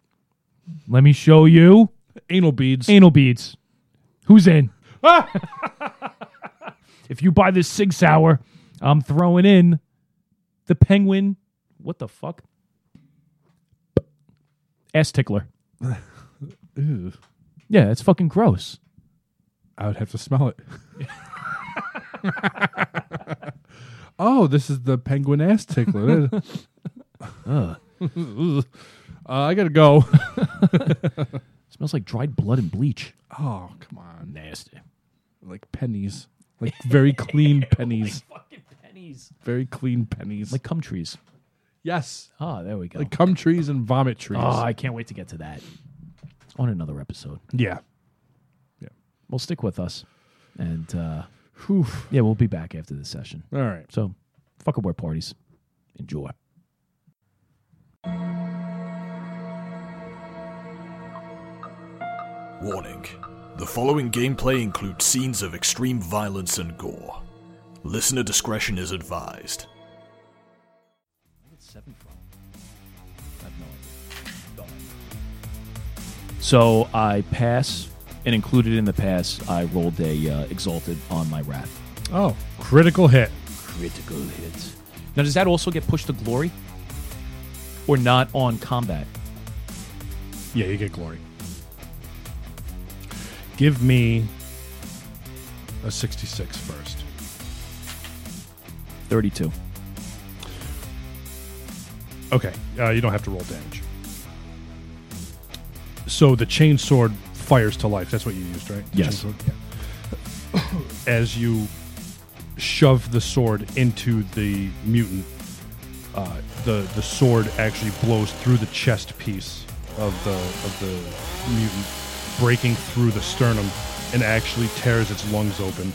Speaker 1: let me show you
Speaker 3: Anal beads. Ah!
Speaker 1: anal beads. Who's in? <laughs> if you buy this Sig Sauer, I'm throwing in the penguin. What the fuck? Ass tickler.
Speaker 3: Ew.
Speaker 1: Yeah, it's fucking gross.
Speaker 3: I would have to smell it. oh, this is the penguin ass tickler. uh, I gotta go.
Speaker 1: smells like dried blood and bleach.
Speaker 3: Oh, come on!
Speaker 1: Nasty.
Speaker 3: Like pennies, like very clean pennies,
Speaker 1: Fucking pennies.
Speaker 3: very clean pennies.
Speaker 1: Like cum trees.
Speaker 3: yes,
Speaker 1: Ah, there we go.
Speaker 3: like cum trees and vomit trees.
Speaker 1: oh, I can't wait to get to that on another episode.
Speaker 3: yeah.
Speaker 1: Well, stick with us. And uh,
Speaker 3: Whew.
Speaker 1: yeah, we'll be back after this session.
Speaker 3: All right.
Speaker 1: So, fuck away parties. Enjoy.
Speaker 2: Warning. The following gameplay includes scenes of extreme violence and gore. Listener discretion is advised.
Speaker 1: So I pass, and included in the pass, I rolled a uh, exalted on my wrath.
Speaker 3: Oh, critical hit.
Speaker 1: Critical hit. Now, does that also get pushed to glory, or not on combat?
Speaker 3: Yeah, you get glory. Give me a 66 first.
Speaker 1: Thirty-two.
Speaker 3: Okay, uh, you don't have to roll damage. So the chain sword fires to life. That's what you used, right? The
Speaker 1: Yes.
Speaker 3: chain sword? Yeah. <coughs> As you shove the sword into the mutant, uh, the the sword actually blows through the chest piece of the of the mutant, breaking through the sternum, and actually tears its lungs open.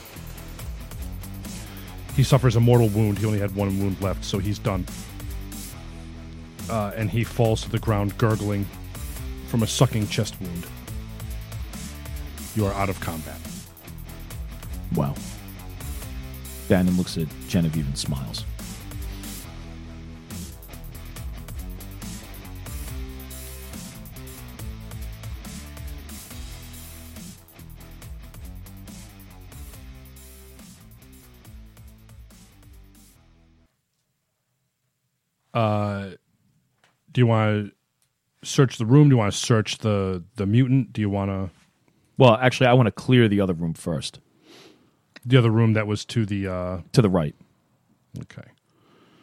Speaker 3: He suffers a mortal wound. He only had one wound left, so he's done uh, and he falls to the ground gurgling from a sucking chest wound. You are out of combat.
Speaker 1: Wow. Bannon looks at Genevieve and smiles.
Speaker 3: Do you want to search the room? Do you want to search the the mutant? Do you want to
Speaker 1: Well, actually, I want to clear the other room first,
Speaker 3: the other room that was to the? Uh,
Speaker 1: to the right.
Speaker 3: okay,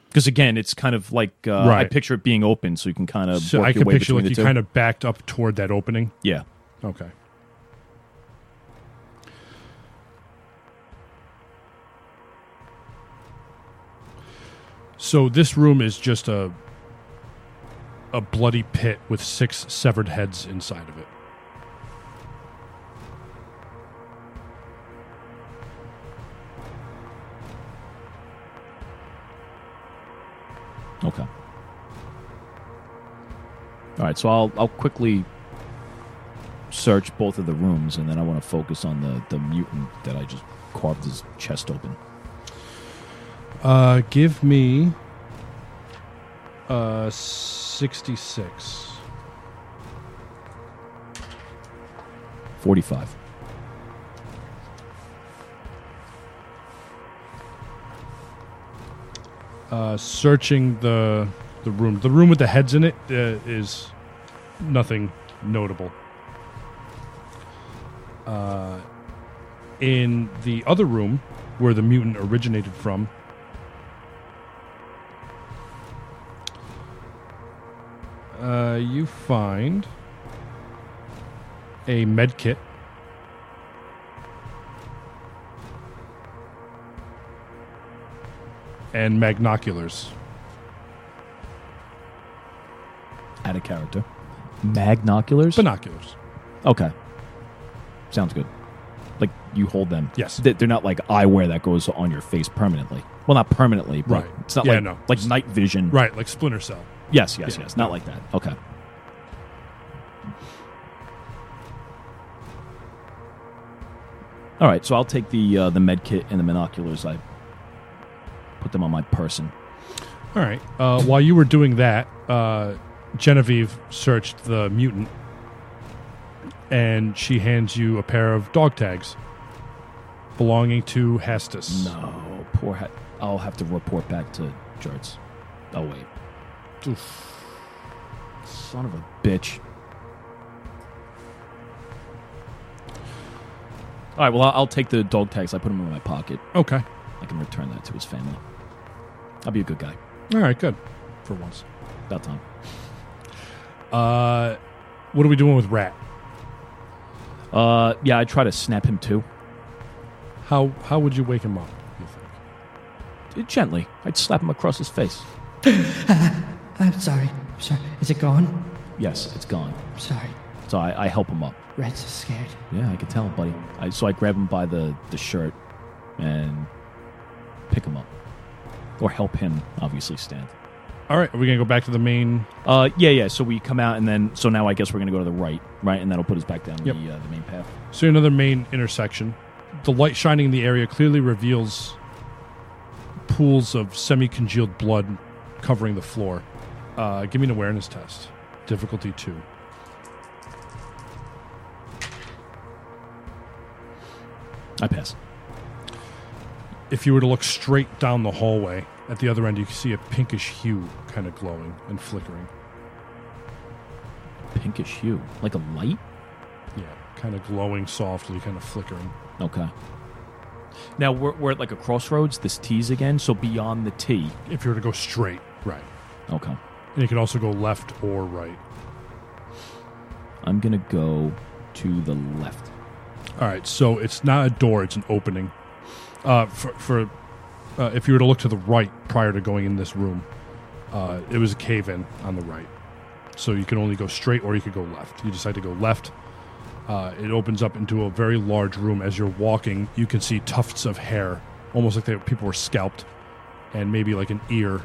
Speaker 1: Because again, it's kind of like uh, I
Speaker 3: Right.
Speaker 1: picture it being open, so you can kind of
Speaker 3: so
Speaker 1: Uh, work
Speaker 3: I
Speaker 1: your
Speaker 3: can
Speaker 1: way
Speaker 3: picture
Speaker 1: between
Speaker 3: like
Speaker 1: the two.
Speaker 3: you kind of backed up toward that opening.
Speaker 1: yeah.
Speaker 3: Okay. So this room is just a a bloody pit with six severed heads inside of it.
Speaker 1: Okay. All right, so I'll I'll quickly search both of the rooms, and then I want to focus on the, the mutant that I just carved his chest open.
Speaker 3: Uh, give me uh, 66.
Speaker 1: 45.
Speaker 3: Uh, searching the the room. The room with the heads in it uh, is nothing notable. Uh, in the other room where the mutant originated from, uh, you find a med kit. And magnoculars.
Speaker 1: Out of character. Magnoculars?
Speaker 3: Binoculars.
Speaker 1: okay. Sounds good. Like you hold them.
Speaker 3: Yes.
Speaker 1: They- They're not like eyewear that goes on your face permanently. Well, not permanently, but
Speaker 3: Right.
Speaker 1: it's not
Speaker 3: Yeah,
Speaker 1: like,
Speaker 3: no.
Speaker 1: like night vision.
Speaker 3: Right, like Splinter Cell.
Speaker 1: Yes, yes,
Speaker 3: Yeah.
Speaker 1: yes. Not like that. Okay. All right, so I'll take the uh, the med kit and the monoculars. I put them on my person.
Speaker 3: All right. Uh, while you were doing that, uh, Genevieve searched the mutant, and she hands you a pair of dog tags belonging to Hastus.
Speaker 1: No, poor. Ha- I'll have to report back to Jarts. Oh wait, son of a bitch. All right, well I'll, I'll take the dog tags. I put them in my pocket.
Speaker 3: Okay.
Speaker 1: I can return that to his family. I'll be a good guy.
Speaker 3: All right. Good. For once.
Speaker 1: About time.
Speaker 3: Uh, what are we doing with Rat?
Speaker 1: Uh, yeah, I try to snap him too.
Speaker 3: How how would you wake him up? You think?
Speaker 1: Uh, Gently. I'd slap him across his face.
Speaker 4: I'm sorry. I'm sorry. Is it gone?
Speaker 1: Yes, it's gone.
Speaker 4: I'm sorry.
Speaker 1: So I, I help him up.
Speaker 4: Red's so scared.
Speaker 1: Yeah, I can tell, buddy. I, so I grab him by the, the shirt and pick him up. Or help him, obviously, stand.
Speaker 3: All right. Are we gonna go back to the main?
Speaker 1: Uh, yeah, yeah. So we come out, and then so now I guess we're gonna go to the right, right, and that'll put us back down
Speaker 3: Yep.
Speaker 1: the uh, the main path.
Speaker 3: So another main intersection. The light shining in the area clearly reveals pools of semi-congealed blood covering the floor. Uh, give me an awareness test. Difficulty two.
Speaker 1: I pass.
Speaker 3: If you were to look straight down the hallway, at the other end you can see a pinkish hue kind of glowing and flickering.
Speaker 1: Pinkish hue, like a light.
Speaker 3: Yeah, kind of glowing softly, kind of flickering.
Speaker 1: Okay. Now we're we're at like a crossroads. This T's again. So beyond the T.
Speaker 3: If you were to go straight, right.
Speaker 1: Okay.
Speaker 3: And you could also go left or right.
Speaker 1: I'm gonna go to the left.
Speaker 3: All right, so it's not a door; it's an opening. Uh, for for uh, if you were to look to the right prior to going in this room, uh, it was a cave in on the right, so you can only go straight or you could go left. You decide to go left. Uh, it opens up into a very large room. As you're walking, you can see tufts of hair, almost like they, people were scalped, and maybe like an ear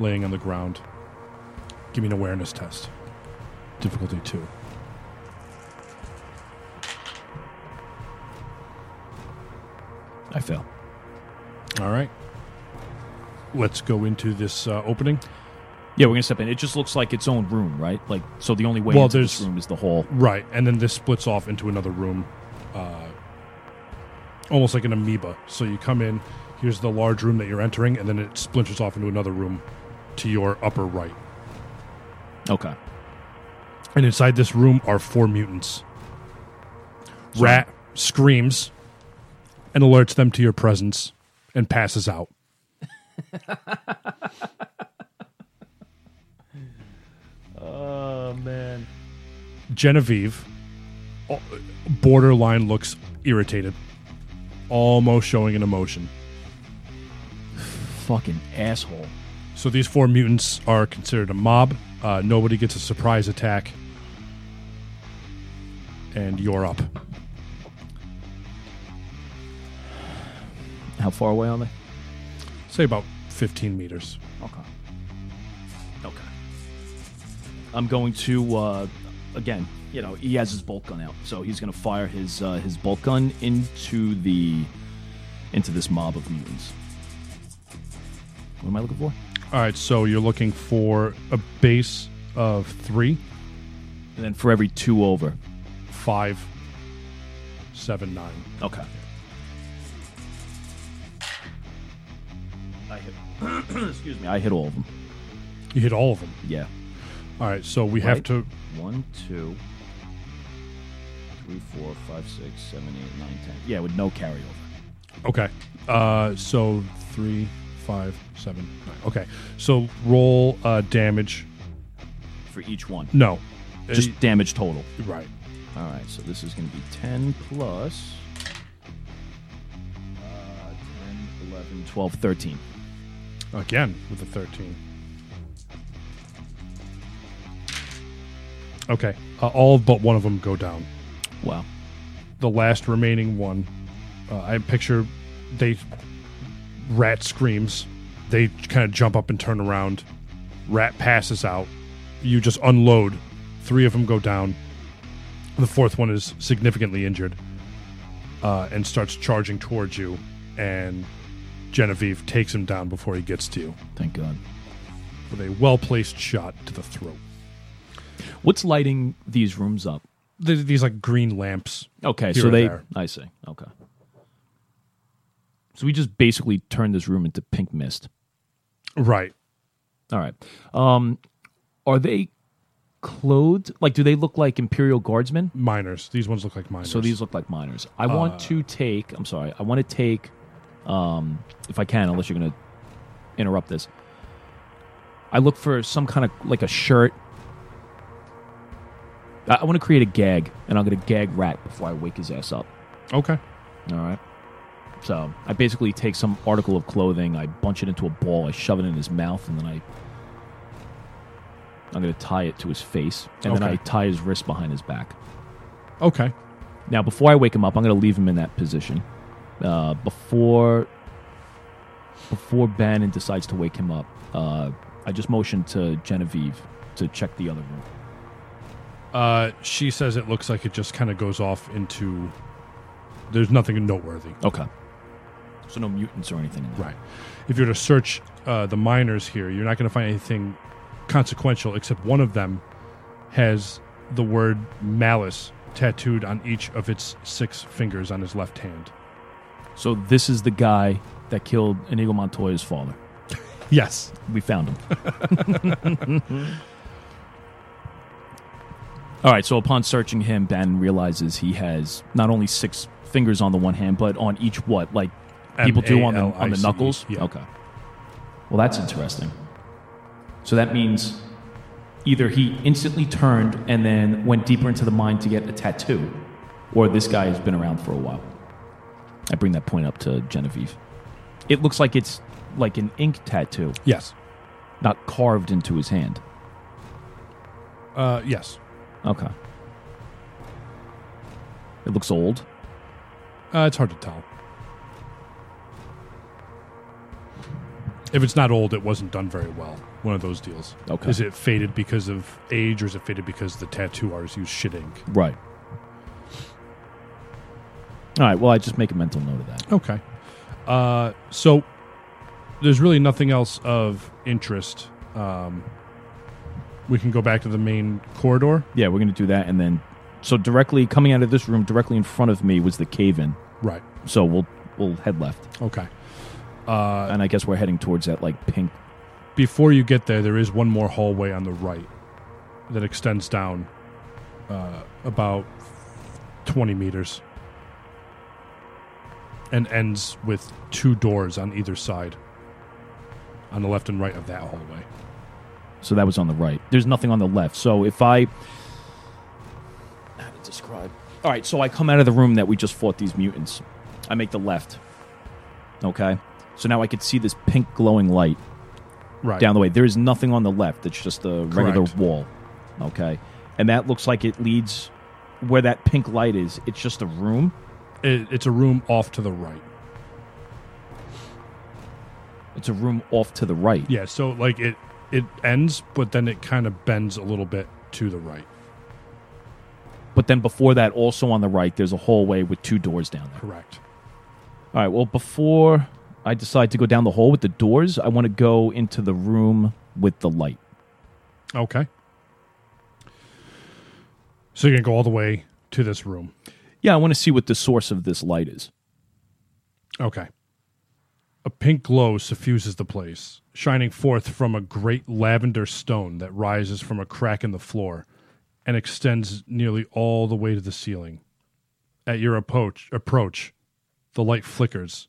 Speaker 3: laying on the ground. Give me an awareness test. Difficulty two.
Speaker 1: I fail.
Speaker 3: All right. Let's go into this uh, opening.
Speaker 1: Yeah, we're gonna step in. It just looks like its own room, right? Like so, the only way
Speaker 3: Well,
Speaker 1: into this
Speaker 3: there's-
Speaker 1: room is the hall.
Speaker 3: Right, and then this splits off into another room, uh, almost like an amoeba. So you come in, here's the large room that you're entering, and then it splinters off into another room to your upper right.
Speaker 1: Okay.
Speaker 3: And inside this room are four mutants. Rat screams and alerts them to your presence and passes out.
Speaker 5: <laughs> Oh man.
Speaker 3: Genevieve, uh, borderline looks irritated, almost showing an emotion.
Speaker 1: Fucking asshole.
Speaker 3: So these four mutants are considered a mob. Uh, nobody gets a surprise attack. And you're up.
Speaker 1: How far away are they?
Speaker 3: Say about 15 meters.
Speaker 1: Okay. Okay. I'm going to uh, again you know, he has his bolt gun out, so he's going to fire his uh, his bolt gun into the into this mob of mutants. What am I looking for?
Speaker 3: All right, so you're looking for a base of three,
Speaker 1: And then for every two over,
Speaker 3: five, seven, nine.
Speaker 1: okay. I hit. <clears throat> Excuse me. I hit all of them.
Speaker 3: You hit all of them.
Speaker 1: Yeah.
Speaker 3: All right, so we have
Speaker 1: Right.
Speaker 3: to.
Speaker 1: One, two, three, four, five, six, seven, eight, nine, ten. Yeah, with no carryover.
Speaker 3: Okay, uh, so three, five, seven, nine. Okay, so roll uh, damage.
Speaker 1: For each one.
Speaker 3: No,
Speaker 1: Just
Speaker 3: Uh,
Speaker 1: damage total.
Speaker 3: right.
Speaker 1: All right, so this is going to be 10 plus uh, 10, 11, 12, 13.
Speaker 3: Again with a 13. Okay. Uh, all but one of them go down.
Speaker 1: Wow.
Speaker 3: The last remaining one, uh, I picture they. Rat screams. They kind of jump up and turn around. Rat passes out. You just unload. Three of them go down. The fourth one is significantly injured uh, and starts charging towards you. And Genevieve takes him down before he gets to you
Speaker 1: Thank God.
Speaker 3: with a well placed shot to the throat.
Speaker 1: What's lighting these rooms up?
Speaker 3: There's these like green lamps.
Speaker 1: Okay,
Speaker 3: Here
Speaker 1: so
Speaker 3: and
Speaker 1: they.
Speaker 3: there.
Speaker 1: I see. Okay. So we just basically turned this room into pink mist.
Speaker 3: Right.
Speaker 1: All right. Um, are they clothed? Like, do they look like Imperial Guardsmen?
Speaker 3: Miners. These ones look like miners. Uh,
Speaker 1: So these look like miners. I want to take. I'm sorry. I want to take. Um, if I can, unless you're going to interrupt this, I look for some kind of like a shirt. I, I want to create a gag, and I'm going to gag Rat before I wake his ass up.
Speaker 3: Okay.
Speaker 1: All right. So I basically take some article of clothing, I bunch it into a ball, I shove it in his mouth, and then I. I'm going to tie it to his face, and then
Speaker 3: Okay.
Speaker 1: I tie his wrist behind his back.
Speaker 3: Okay.
Speaker 1: Now, before I wake him up, I'm going to leave him in that position. Uh, before before Bannon decides to wake him up, uh, I just motioned to Genevieve to check the other room.
Speaker 3: Uh, she says it looks like it just kind of goes off into. There's nothing noteworthy.
Speaker 1: Okay. So no mutants or anything in there.
Speaker 3: Right. If you were to search uh, the miners here, you're not going to find anything consequential except one of them has the word malice tattooed on each of its six fingers on his left hand.
Speaker 1: So this is the guy that killed Inigo Montoya's father.
Speaker 3: Yes.
Speaker 1: We found him. All right, so upon searching him, Bannon realizes he has not only six fingers on the one hand, but on each what? Like people do on the, on the
Speaker 3: M-A-L-I-C-E.
Speaker 1: knuckles?
Speaker 3: Yeah.
Speaker 1: Okay. Well, that's interesting. So that means either he instantly turned and then went deeper into the mine to get a tattoo, or this guy has been around for a while. I bring that point up to Genevieve. It looks like it's like an ink tattoo
Speaker 3: Yes.
Speaker 1: not carved into his hand.
Speaker 3: Uh, yes.
Speaker 1: Okay. It looks old.
Speaker 3: Uh, it's hard to tell. If it's not old, it wasn't done very well. One of those deals.
Speaker 1: Okay.
Speaker 3: Is it faded because of age, or is it faded because the tattoo artist used shit ink?
Speaker 1: Right. All right. Well, I just make a mental note of that.
Speaker 3: Okay. Uh, so there's really nothing else of interest. Um, we can go back to the main corridor.
Speaker 1: Yeah, we're gonna do that, and then so directly coming out of this room, directly in front of me was the cave-in.
Speaker 3: Right.
Speaker 1: So we'll we'll head left,
Speaker 3: Okay.
Speaker 1: and I guess we're heading towards that like pink.
Speaker 3: Before you get there, there is one more hallway on the right that extends down uh, about 20 meters and ends with two doors on either side, on the left and right of that hallway.
Speaker 1: So that was on the right. There's nothing on the left. So if I how to describe. All right. So I come out of the room that we just fought these mutants. I make the left. Okay. So now I could see this pink glowing light.
Speaker 3: Right.
Speaker 1: down the way. There is nothing on the left. It's just a regular
Speaker 3: Correct.
Speaker 1: wall. Okay. And that looks like it leads where that pink light is. It's just a room.
Speaker 3: It, it's a room off to the right.
Speaker 1: It's a room off to the right.
Speaker 3: Yeah, so like it it ends, but then it kind of bends a little bit to the right.
Speaker 1: But then before that, also on the right, there's a hallway with two doors down there.
Speaker 3: Correct.
Speaker 1: All right. Well, before I decide to go down the hall with the doors, I want to go into the room with the light.
Speaker 3: Okay. So you're gonna go all the way to this room.
Speaker 1: Yeah, I want to see what the source of this light is.
Speaker 3: Okay. A pink glow suffuses the place, shining forth from a great lavender stone that rises from a crack in the floor and extends nearly all the way to the ceiling. At your approach, approach the light flickers,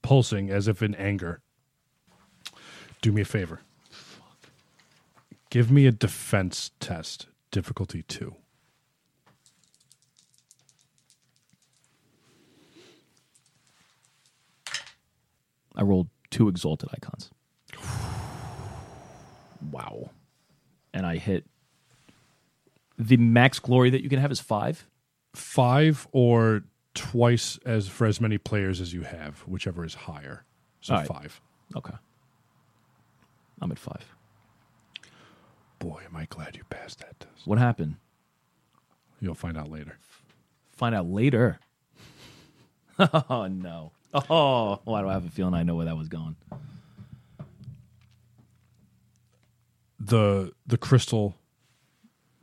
Speaker 3: pulsing as if in anger. Do me a favor. Give me a defense test, difficulty 2.
Speaker 1: I rolled two exalted icons. <sighs> Wow. And I hit the max glory that you can have is five.
Speaker 3: 5 or twice as for as many players as you have, whichever is higher. So
Speaker 1: All right.
Speaker 3: 5.
Speaker 1: Okay. I'm at five.
Speaker 3: Boy, am I glad you passed that test.
Speaker 1: What happened?
Speaker 3: You'll find out later.
Speaker 1: Find out later. <laughs> oh, no. Oh, why do I have a feeling I know where that was going?
Speaker 3: The the crystal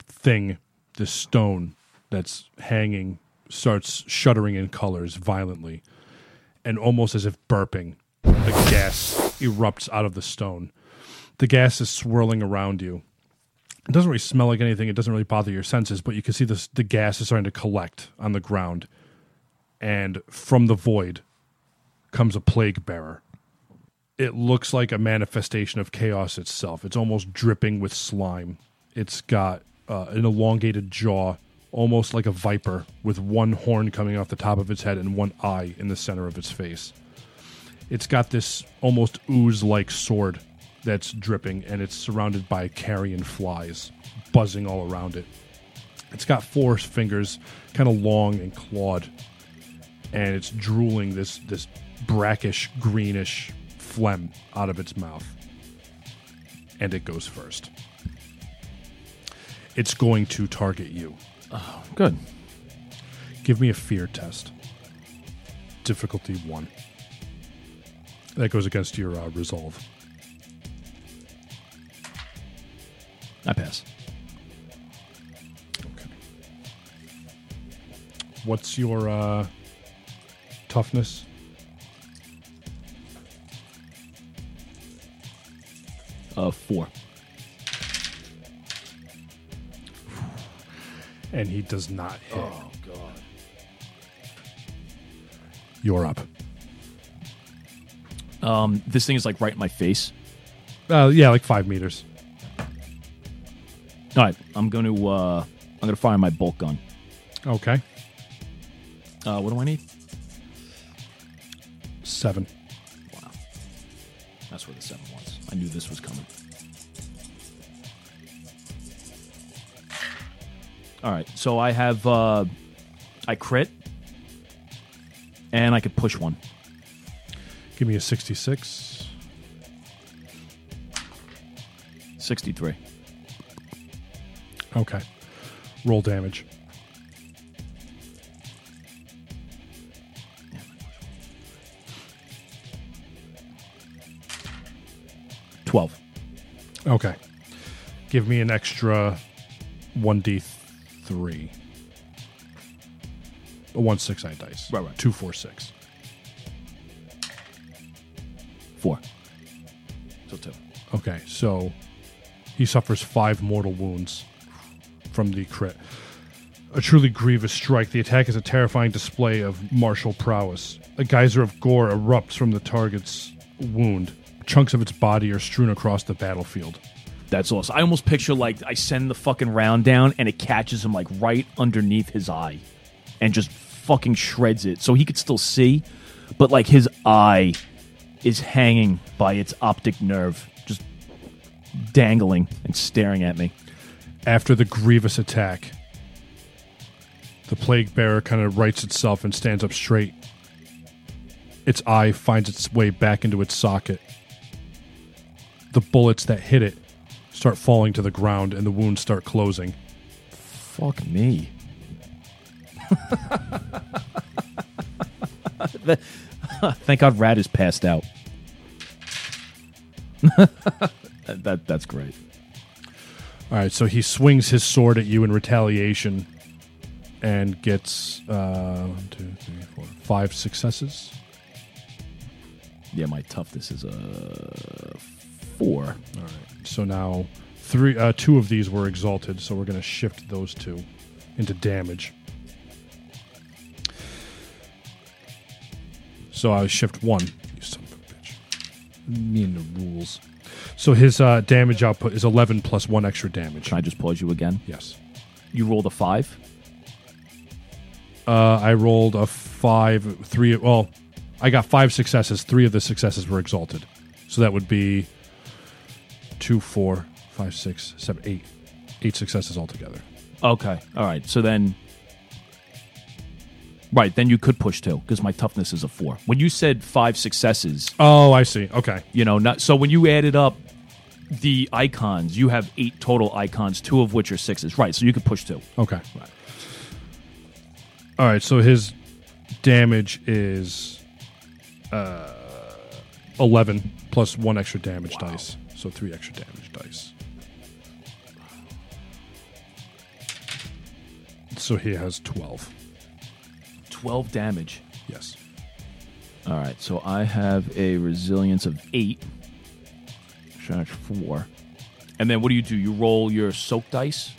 Speaker 3: thing, the stone that's hanging starts shuddering in colors violently and almost as if burping. The gas erupts out of the stone. The gas is swirling around you. It doesn't really smell like anything. It doesn't really bother your senses, but you can see this, the gas is starting to collect on the ground. And from the void comes a plague bearer. It looks like a manifestation of chaos itself. It's almost dripping with slime. It's got uh, an elongated jaw, almost like a viper, with one horn coming off the top of its head and one eye in the center of its face. It's got this almost ooze like sword that's dripping, and it's surrounded by carrion flies buzzing all around it. It's got four fingers, kind of long and clawed, and it's drooling this this brackish greenish phlegm out of its mouth and it goes first it's going to target you
Speaker 1: Good.
Speaker 3: give me a fear test difficulty 1 that goes against your uh, resolve
Speaker 1: I pass.
Speaker 3: okay what's your uh, toughness
Speaker 1: Uh, four.
Speaker 3: and he does not hit oh god you're up
Speaker 1: Um, this thing is like right in my face.
Speaker 3: uh, yeah like 5 meters
Speaker 1: All right, I'm going to uh, I'm going to fire my bolt gun.
Speaker 3: okay
Speaker 1: Uh, what do I need?
Speaker 3: 7
Speaker 1: Wow, that's where the seven was. I knew this was coming. All right, so I have uh, I crit, and I could push one.
Speaker 3: Give me a 66.
Speaker 1: 63.
Speaker 3: Okay. Roll damage.
Speaker 1: Twelve.
Speaker 3: Okay. Give me an extra 1d3. A 169 dice.
Speaker 1: Right, right.
Speaker 3: 246.
Speaker 1: Four. So two.
Speaker 3: Okay, so he suffers five mortal wounds from the crit. A truly grievous strike. The attack is a terrifying display of martial prowess. A geyser of gore erupts from the target's wound. Chunks of its body are strewn across the battlefield.
Speaker 1: That's awesome. I almost picture like I send the fucking round down and it catches him like right underneath his eye and just fucking shreds it. So he could still see, but like his eye is hanging by its optic nerve, just dangling and staring at me.
Speaker 3: after the grievous attack, the plague bearer kind of rights itself and stands up straight. Its eye finds its way back into its socket. The bullets that hit it start falling to the ground and the wounds start closing.
Speaker 1: Fuck me. <laughs> Thank God Rat is passed out. <laughs> that, that- that's great.
Speaker 3: All right, so he swings his sword at you in retaliation and gets uh, one, two, three, four, five successes.
Speaker 1: Yeah, my toughness is a four.
Speaker 3: So now three, uh, two of these were exalted, so we're going to shift those two into damage. So I shift one. You son of a bitch. Me and the rules. So his uh, damage output is 11 plus one extra damage.
Speaker 1: Can I just pause you again?
Speaker 3: Yes.
Speaker 1: You rolled a five.
Speaker 3: Uh, I rolled a five, three. Well, I got five successes. Three of the successes were exalted, so that would be two, four, five, six, seven, eight, eight successes altogether.
Speaker 1: Okay. All right. So then, right then you could push two because my toughness is a four. When you said five successes,
Speaker 3: Oh, I see. Okay,
Speaker 1: you know, not so when you added up the icons, you have eight total icons, two of which are sixes. Right. So you could push two.
Speaker 3: okay. All right. So his damage is uh, eleven plus one extra damage dice, so three extra damage dice. So he has twelve.
Speaker 1: Twelve damage.
Speaker 3: Yes.
Speaker 1: All right, so I have a resilience of eight, charge four, and then what do you do? You roll your soak dice,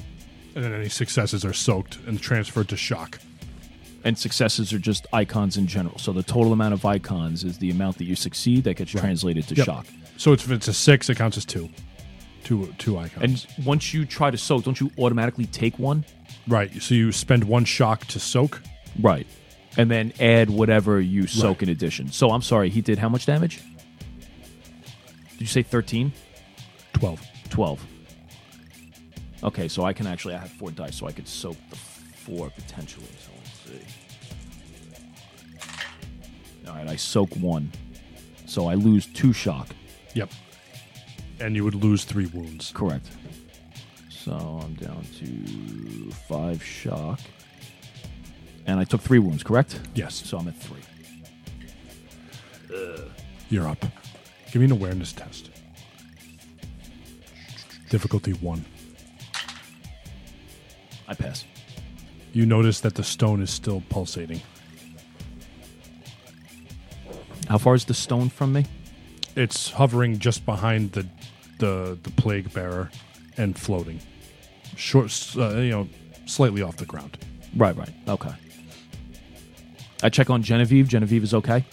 Speaker 3: And then any successes are soaked and transferred to shock.
Speaker 1: and successes are just icons in general. So the total amount of icons is the amount that you succeed that gets translated to
Speaker 3: Yep.
Speaker 1: shock.
Speaker 3: So it's, if it's a six, it counts as two. Two, two
Speaker 1: And
Speaker 3: icons.
Speaker 1: once you try to soak, don't you automatically take one?
Speaker 3: right. So you spend one shock to soak.
Speaker 1: Right. And then add whatever you soak in addition. So I'm sorry, he did how much damage? Did you say 13?
Speaker 3: 12.
Speaker 1: 12. Okay, so I can actually, I have four dice, so I could soak the four potentially. So let's see. All right, I soak one. So I lose two shock.
Speaker 3: Yep. And you would lose three wounds.
Speaker 1: Correct. So I'm down to five shock. And I took three wounds, correct?
Speaker 3: Yes.
Speaker 1: So I'm at three.
Speaker 3: You're up. Give me an awareness test. Difficulty one.
Speaker 1: I pass.
Speaker 3: You notice that the stone is still pulsating.
Speaker 1: How far is the stone from me?
Speaker 3: It's hovering just behind the the, the plague bearer and floating. Short, s- uh, you know, slightly off the ground.
Speaker 1: Right, right. Okay. I check on Genevieve. Genevieve is okay.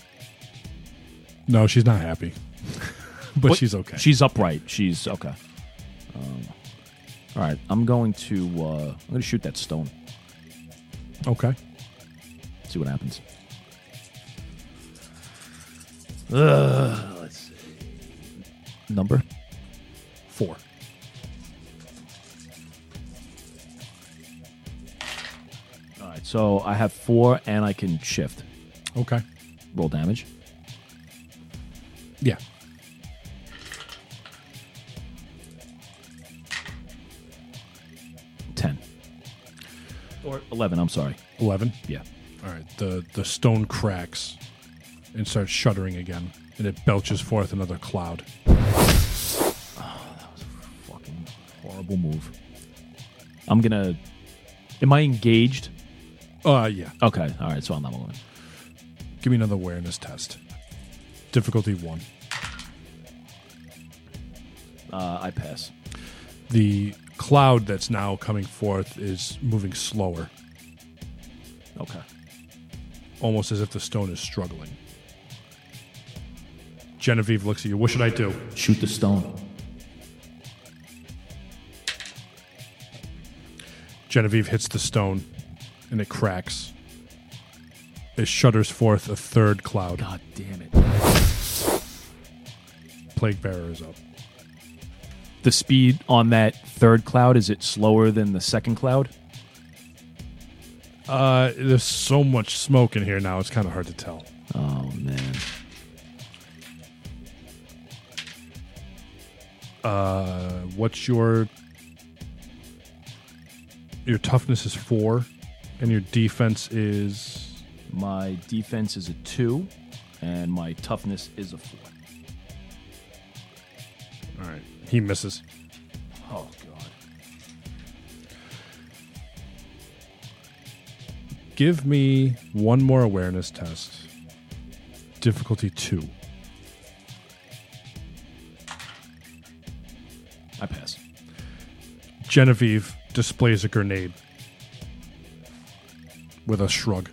Speaker 3: No, she's not happy. <laughs> but
Speaker 1: What-
Speaker 3: she's okay.
Speaker 1: She's upright. She's okay. Um, all right, I'm going to uh, I'm going to shoot that stone.
Speaker 3: okay.
Speaker 1: See what happens. Ugh, let's see. Number
Speaker 3: Four.
Speaker 1: All right, so I have four, and I can shift.
Speaker 3: Okay.
Speaker 1: Roll damage.
Speaker 3: Yeah.
Speaker 1: Ten or eleven. I'm sorry.
Speaker 3: Eleven.
Speaker 1: Yeah.
Speaker 3: All right. The the stone cracks and starts shuddering again, and it belches forth another cloud.
Speaker 1: Fucking horrible move. I'm gonna. Am I engaged?
Speaker 3: Uh, yeah.
Speaker 1: Okay. All right. So I'm not moving.
Speaker 3: Give me another awareness test. Difficulty one.
Speaker 1: Uh, I pass.
Speaker 3: The cloud that's now coming forth is moving slower,
Speaker 1: Okay.
Speaker 3: almost as if the stone is struggling. Genevieve looks at you. What should I do?
Speaker 1: Shoot the stone.
Speaker 3: Genevieve hits the stone, and it cracks. It shudders forth a third cloud.
Speaker 1: God damn it.
Speaker 3: Plague bearer is up.
Speaker 1: The speed on that third cloud is it slower than the second cloud?
Speaker 3: Uh, there's so much smoke in here now; it's kind of hard to tell.
Speaker 1: Oh man.
Speaker 3: Uh, what's your your toughness is four, And your defense is
Speaker 1: My defense is a two, and my toughness is a four.
Speaker 3: all right. He misses.
Speaker 1: Oh god.
Speaker 3: Give me one more awareness test. Difficulty two.
Speaker 1: I pass.
Speaker 3: Genevieve displays a grenade with a shrug.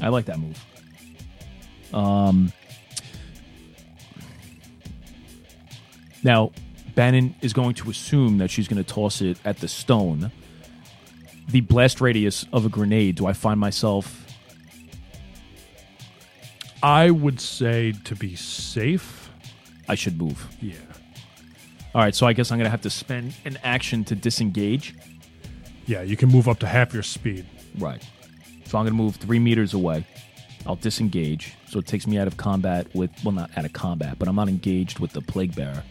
Speaker 1: I like that move. Um, now, Bannon is going to assume that she's going to toss it at the stone. The blast radius of a grenade, do I find myself.
Speaker 3: I would say to be safe.
Speaker 1: I should move.
Speaker 3: Yeah.
Speaker 1: All right, so I guess I'm going to have to spend an action to disengage.
Speaker 3: Yeah, you can move up to half your speed.
Speaker 1: Right. So I'm going to move three meters away. I'll disengage. So it takes me out of combat with, well, not out of combat, but I'm not engaged with the Plague Bearer.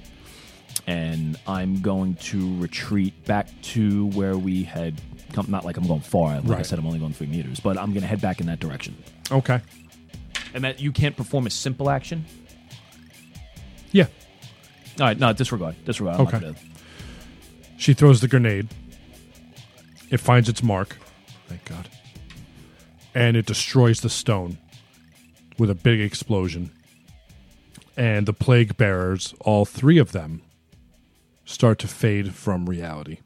Speaker 1: And I'm going to retreat back to where we had come. Not like I'm going far. Like I
Speaker 3: Right.
Speaker 1: said, I'm only going three meters, but I'm going to head back in that direction.
Speaker 3: Okay.
Speaker 1: And that you can't perform a simple action?
Speaker 3: Yeah.
Speaker 1: All right, no, disregard. Disregard. I'm not
Speaker 3: Okay.
Speaker 1: gonna-
Speaker 3: She throws the grenade. It finds its mark. Thank God. And it destroys the stone with a big explosion. And the plague bearers, all three of them, start to fade from reality.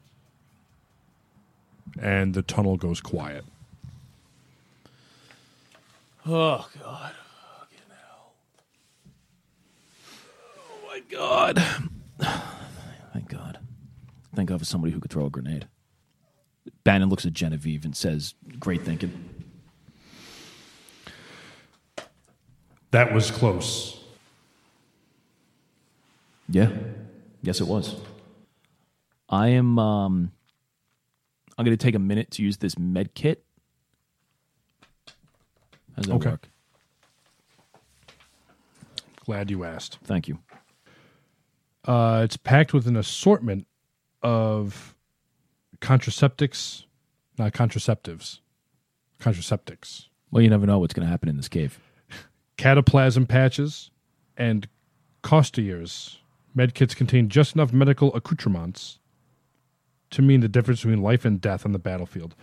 Speaker 3: And the tunnel goes quiet.
Speaker 6: Oh God! Fucking hell! Oh my
Speaker 1: <sighs>
Speaker 6: God!
Speaker 1: Thank God. Thank God for somebody who could throw a grenade. Bannon looks at Genevieve and says, Great thinking.
Speaker 3: That was close.
Speaker 1: Yeah. Yes, it was. I am. Um, I'm going to take a minute to use this med kit. How's that
Speaker 3: Okay.
Speaker 1: work?
Speaker 3: Glad you asked.
Speaker 1: Thank you.
Speaker 3: Uh, it's packed with an assortment of contraceptics, not contraceptives, contraceptics,
Speaker 1: Well, you never know what's going to happen in this cave.
Speaker 3: cataplasm patches, and costiers. Medkits contain just enough medical accoutrements to mean the difference between life and death on the battlefield.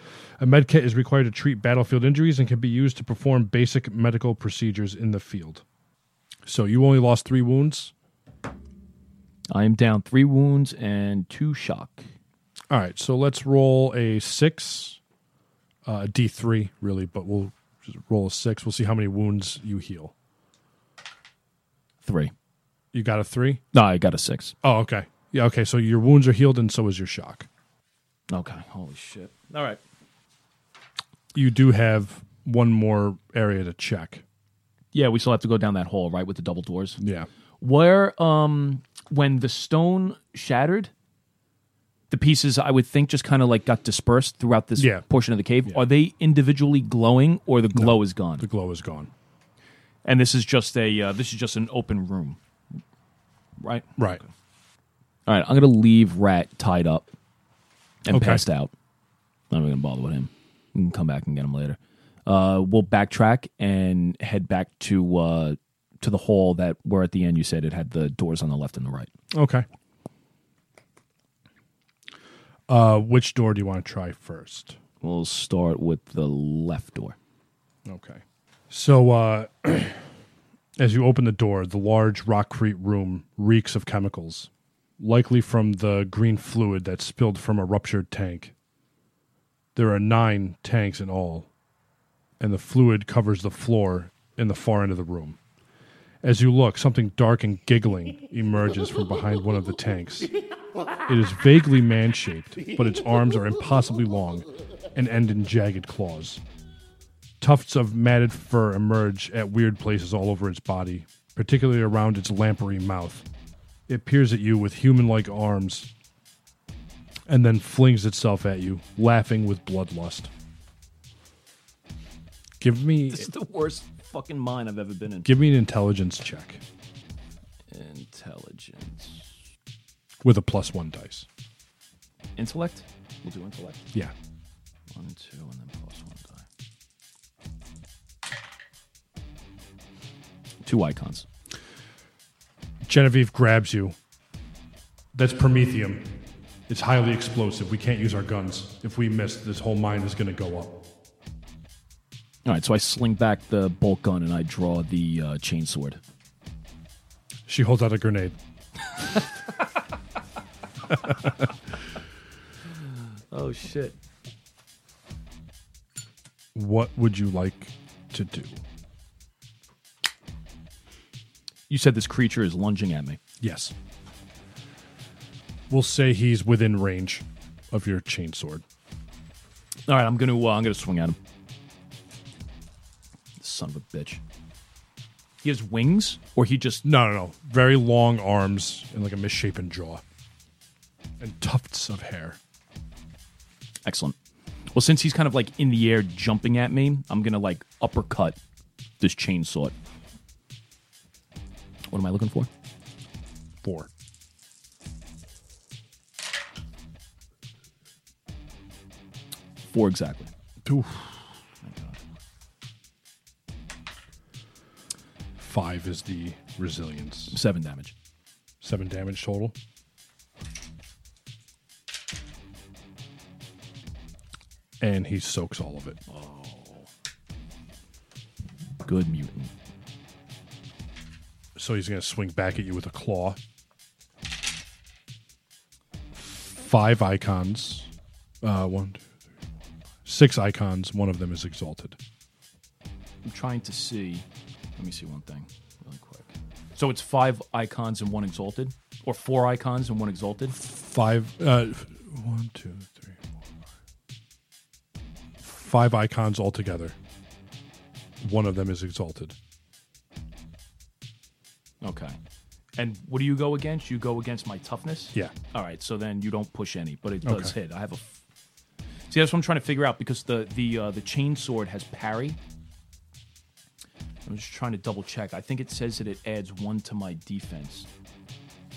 Speaker 3: A medkit is required to treat battlefield injuries and can be used to perform basic medical procedures in the field. So you only lost three wounds.
Speaker 1: I am down three wounds and two shock.
Speaker 3: All right, so let's roll a six, uh, D three really, but we'll just roll a six. We'll see how many wounds you heal.
Speaker 1: Three.
Speaker 3: You got a three?
Speaker 1: No, I got a six.
Speaker 3: Oh, okay. Yeah, okay. So your wounds are healed, and so is your shock.
Speaker 1: Okay. Holy shit. All right.
Speaker 3: You do have one more area to check.
Speaker 1: Yeah, we still have to go down that hole, right, with the double doors.
Speaker 3: Yeah.
Speaker 1: where um when the stone shattered the pieces i would think just kind of like got dispersed throughout this
Speaker 3: Yeah.
Speaker 1: portion of the cave are they individually glowing or the glow is gone
Speaker 3: The glow is gone.
Speaker 1: and this is just a uh, this is just an open room right
Speaker 3: Right.
Speaker 1: all right i'm gonna leave rat tied up and
Speaker 3: Okay.
Speaker 1: passed out i'm not gonna bother with him we can come back and get him later uh we'll backtrack and head back to uh to the hall that where at the end you said it had the doors on the left and the right
Speaker 3: Okay. Uh, which door do you want to try first?
Speaker 1: We'll start with the left door.
Speaker 3: Okay. So, uh, <clears throat> as you open the door, the large rockcrete room reeks of chemicals, likely from the green fluid that spilled from a ruptured tank. There are nine tanks in all, and the fluid covers the floor in the far end of the room. As you look, something dark and giggling emerges from behind one of the tanks. It is vaguely man shaped, but its arms are impossibly long and end in jagged claws. Tufts of matted fur emerge at weird places all over its body, particularly around its lamprey mouth. It peers at you with human like arms and then flings itself at you, laughing with bloodlust. Give me
Speaker 1: This is the worst fucking mine I've ever been in.
Speaker 3: give me an intelligence check
Speaker 1: Intelligence.
Speaker 3: with a plus 1 dice.
Speaker 1: Intellect? We'll do intellect.
Speaker 3: Yeah.
Speaker 1: one and two, and then plus one die. Two icons.
Speaker 3: Genevieve grabs you. That's promethium. It's highly explosive. We can't use our guns. If we miss, this whole mine is going to go up.
Speaker 1: All right, so I sling back the bolt gun and I draw the uh, chain sword.
Speaker 3: She holds out a grenade.
Speaker 7: Oh shit.
Speaker 3: What would you like to do?
Speaker 1: You said this creature is lunging at me.
Speaker 3: Yes. We'll say he's within range of your chain sword.
Speaker 1: All right, I'm gonna uh, I'm gonna swing at him. Son of a bitch. He has wings, or he just
Speaker 3: No, no, no. Very long arms and like a misshapen jaw. And tufts of hair.
Speaker 1: excellent. Well, since he's kind of like in the air jumping at me, I'm gonna like uppercut this chainsaw. What am I looking for?
Speaker 3: Four.
Speaker 1: Four exactly.
Speaker 3: Oof. Five is the resilience.
Speaker 1: Seven damage.
Speaker 3: Seven damage total. And he soaks all of it.
Speaker 1: Good mutant.
Speaker 3: So he's going to swing back at you with a claw. Five icons. Uh, one, two, three, four, five. six icons. One of them is exalted.
Speaker 1: I'm trying to see. Let me see one thing really quick. So it's five icons and one exalted, or four icons and one exalted.
Speaker 3: Five. Uh, f- one, two, three, four, five. Five icons altogether. One of them is exalted.
Speaker 1: Okay. And what do you go against? You go against my toughness.
Speaker 3: Yeah.
Speaker 1: All right. So then you don't push any, but it does
Speaker 3: Okay.
Speaker 1: hit. I have a. F- See, that's what I'm trying to figure out because the the uh, the chain sword has parry. I'm just trying to double check. I think it says that it adds one to my defense.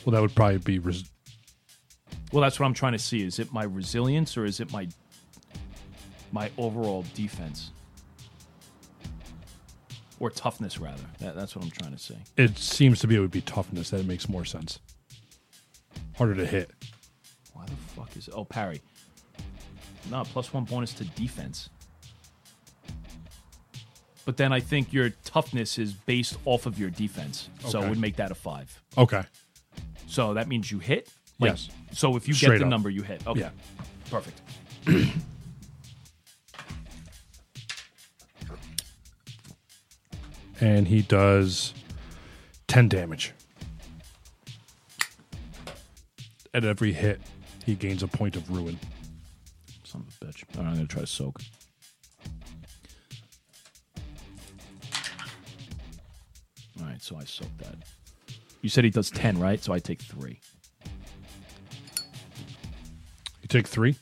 Speaker 3: Well, that would probably be. Res-
Speaker 1: Well, that's what I'm trying to see. Is it my resilience or is it my my overall defense or toughness rather? That, that's what I'm trying to see.
Speaker 3: it seems to be it would be toughness. That makes more sense. Harder to hit.
Speaker 1: Why the fuck is oh parry? No, plus one bonus to defense. But then I think your toughness is based off of your defense, so
Speaker 3: Okay.
Speaker 1: it would make that a five.
Speaker 3: Okay.
Speaker 1: So that means you hit. Like,
Speaker 3: Yes.
Speaker 1: So if you
Speaker 3: Straight
Speaker 1: get the
Speaker 3: up.
Speaker 1: number, you hit. Okay.
Speaker 3: Yeah.
Speaker 1: Perfect.
Speaker 3: And he does 10 damage. At every hit, he gains a point of ruin.
Speaker 1: Son of a bitch. All right, I'm gonna try to soak. All right, so I soak that. You said he does ten, right? So I take three.
Speaker 3: You take three.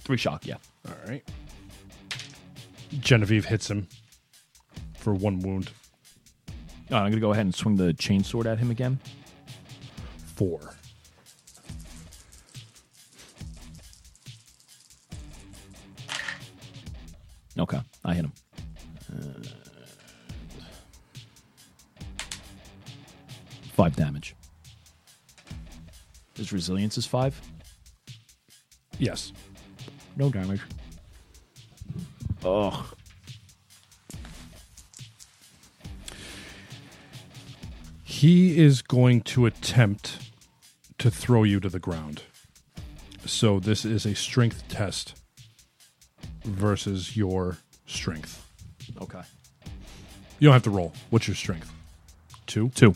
Speaker 1: Three shock, yeah.
Speaker 3: All right. Genevieve hits him for one wound.
Speaker 1: All right, I'm gonna go ahead and swing the chain sword at him again.
Speaker 3: Four.
Speaker 1: Okay, I hit him. Uh, Five damage. His resilience is five.
Speaker 3: Yes.
Speaker 1: No damage. Oh,
Speaker 3: He is going to attempt to throw you to the ground. So this is a strength test versus your strength.
Speaker 1: okay.
Speaker 3: You don't have to roll. What's your strength? Two?
Speaker 1: Two.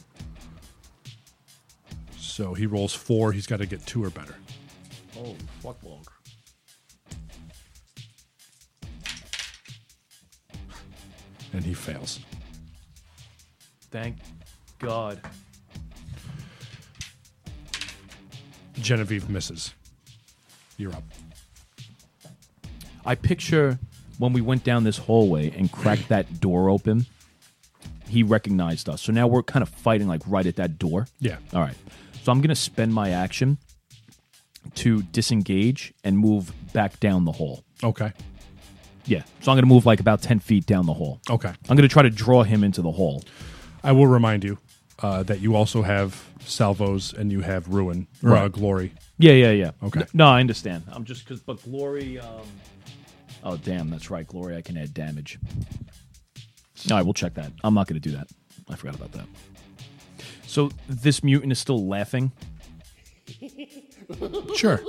Speaker 3: So he rolls four. He's got to get two or better.
Speaker 1: Oh, fuck log.
Speaker 3: And he fails.
Speaker 1: Thank God.
Speaker 3: Genevieve misses. You're up.
Speaker 1: I picture when we went down this hallway and cracked that door open, he recognized us. So now we're kind of fighting like right at that door.
Speaker 3: Yeah.
Speaker 1: All right. So I'm going to spend my action to disengage and move back down the hole.
Speaker 3: Okay.
Speaker 1: Yeah. So I'm going to move like about 10 feet down the hole.
Speaker 3: Okay.
Speaker 1: I'm going to try to draw him into the hole.
Speaker 3: I will remind you uh, that you also have salvos and you have ruin or uh,
Speaker 1: Right.
Speaker 3: glory.
Speaker 1: Yeah, yeah, yeah.
Speaker 3: Okay.
Speaker 1: N- No, I understand. I'm just because, but glory. Um, oh, damn, that's right. Glory, I can add damage. All right, we'll check that. I'm not going to do that. I forgot about that. So this mutant is still laughing.
Speaker 3: Sure.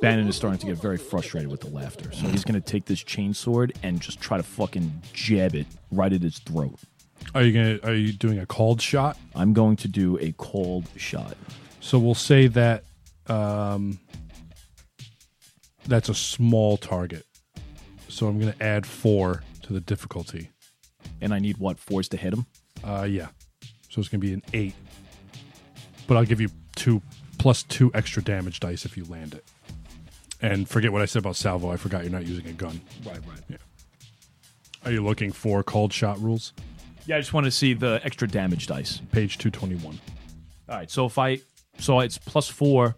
Speaker 1: Bannon is starting to get very frustrated with the laughter, so he's going to take this chainsword and just try to fucking jab it right at his throat.
Speaker 3: Are you gonna? Are you doing a called shot?
Speaker 1: I'm going to do a cold shot.
Speaker 3: So we'll say that um, that's a small target. So I'm gonna add four to the difficulty.
Speaker 1: And I need what? Force to hit him?
Speaker 3: Uh, yeah. So it's gonna be an eight. But I'll give you two plus two extra damage dice if you land it. And forget what I said about salvo. I forgot you're not using a gun. Right, right. Yeah. Are you looking for called shot rules?
Speaker 1: Yeah, I just want to see the extra damage dice.
Speaker 3: Page two twenty one.
Speaker 1: All right, so if I. So it's plus four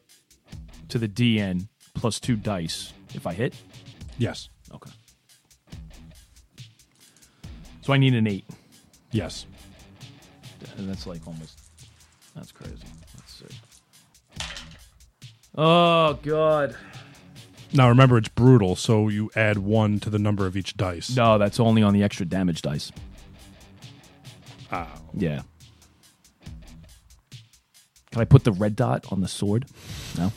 Speaker 1: to the DN, plus two dice if I hit.
Speaker 3: Yes.
Speaker 1: Okay. So I need an eight. <laughs>
Speaker 3: Yes.
Speaker 1: And that's like almost. That's crazy. Let's see. Oh, God.
Speaker 3: Now remember, it's brutal, so you add one to the number of each dice.
Speaker 1: No, that's only on the extra damage dice. Oh. Yeah. Can I put the red dot on the sword? No.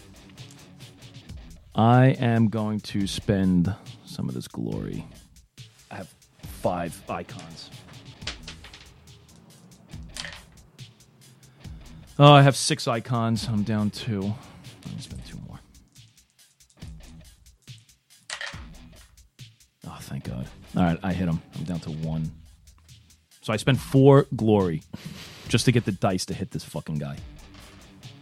Speaker 1: I am going to spend some of this glory. I have five icons. Oh, I have six icons. I'm down two. I'm going to spend two more. Oh, thank God. All right, I hit him. I'm down to one. So I spent four glory just to get the dice to hit this fucking guy.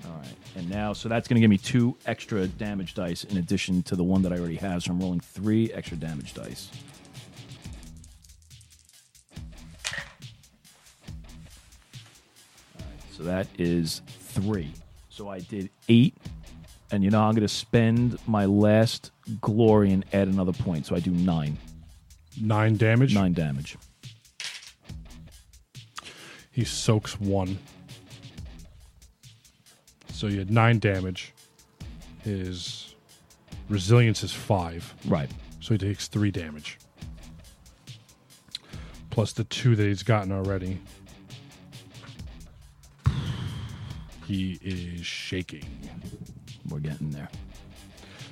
Speaker 1: All right. And now, so that's going to give me two extra damage dice in addition to the one that I already have. So I'm rolling three extra damage dice. All right, So that is three. So I did eight. And you know, I'm going to spend my last glory and add another point. So I do nine.
Speaker 3: Nine damage.
Speaker 1: Nine damage.
Speaker 3: He soaks one. So you had nine damage. His resilience is five,
Speaker 1: Right.
Speaker 3: so he takes three damage. Plus the two that he's gotten already. He is shaking.
Speaker 1: We're getting there.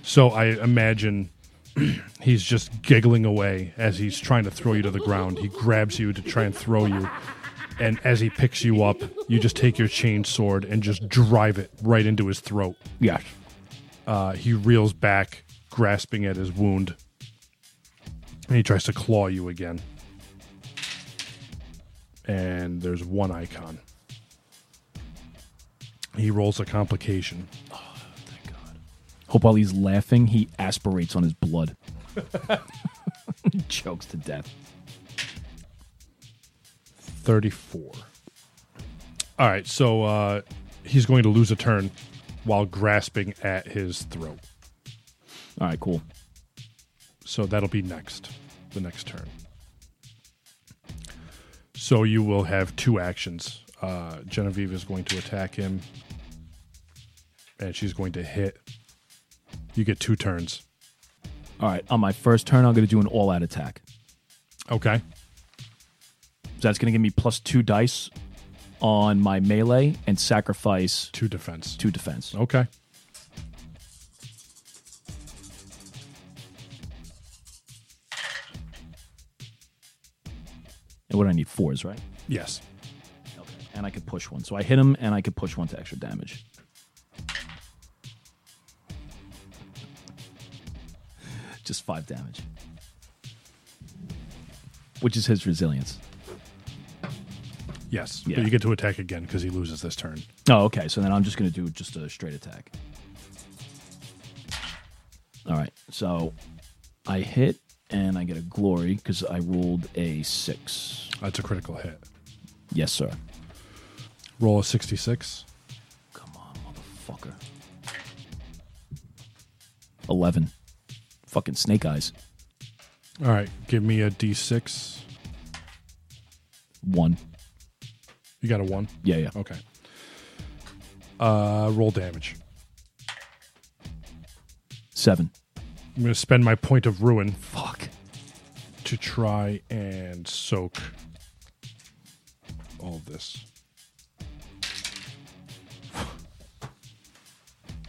Speaker 3: So I imagine <clears throat> he's just giggling away as he's trying to throw you to the ground. He grabs you to try and throw you. And as he picks you up, you just take your chain sword and just drive it right into his throat.
Speaker 1: Yes.
Speaker 3: Uh, he reels back, grasping at his wound. And he tries to claw you again. And there's one icon. He rolls a complication.
Speaker 1: Thank God. Hope while he's laughing, he aspirates on his blood. <laughs> Chokes to death.
Speaker 3: 34. All right, so uh, he's going to lose a turn while grasping at his throat.
Speaker 1: All right, cool.
Speaker 3: So that'll be next, the next turn. So you will have two actions. Uh, Genevieve is going to attack him, and she's going to hit. You get two turns.
Speaker 1: All right, on my first turn, I'm going to do an all out attack.
Speaker 3: Okay.
Speaker 1: So that's going to give me plus two dice on my melee and sacrifice
Speaker 3: Two defense.
Speaker 1: two defense.
Speaker 3: Okay.
Speaker 1: And what do I need? Fours, right?
Speaker 3: Yes.
Speaker 1: Okay. And I could push one. So I hit him and I could push one to extra damage. Just five damage. Which is his resilience.
Speaker 3: Yes.
Speaker 1: Yeah.
Speaker 3: But you get to attack again because he loses this turn.
Speaker 1: Oh, okay. So then I'm just going to do just a straight attack. All right. So I hit and I get a glory because I rolled a six.
Speaker 3: That's a critical hit.
Speaker 1: Yes, sir.
Speaker 3: Roll a 66.
Speaker 1: Motherfucker. 11. Fucking snake eyes.
Speaker 3: All right, give me a d6.
Speaker 1: 1.
Speaker 3: You got a one.
Speaker 1: Yeah, yeah.
Speaker 3: Okay. Uh, roll damage.
Speaker 1: 7.
Speaker 3: I'm going to spend my point of ruin
Speaker 1: Fuck.
Speaker 3: to try and soak all of this. <sighs>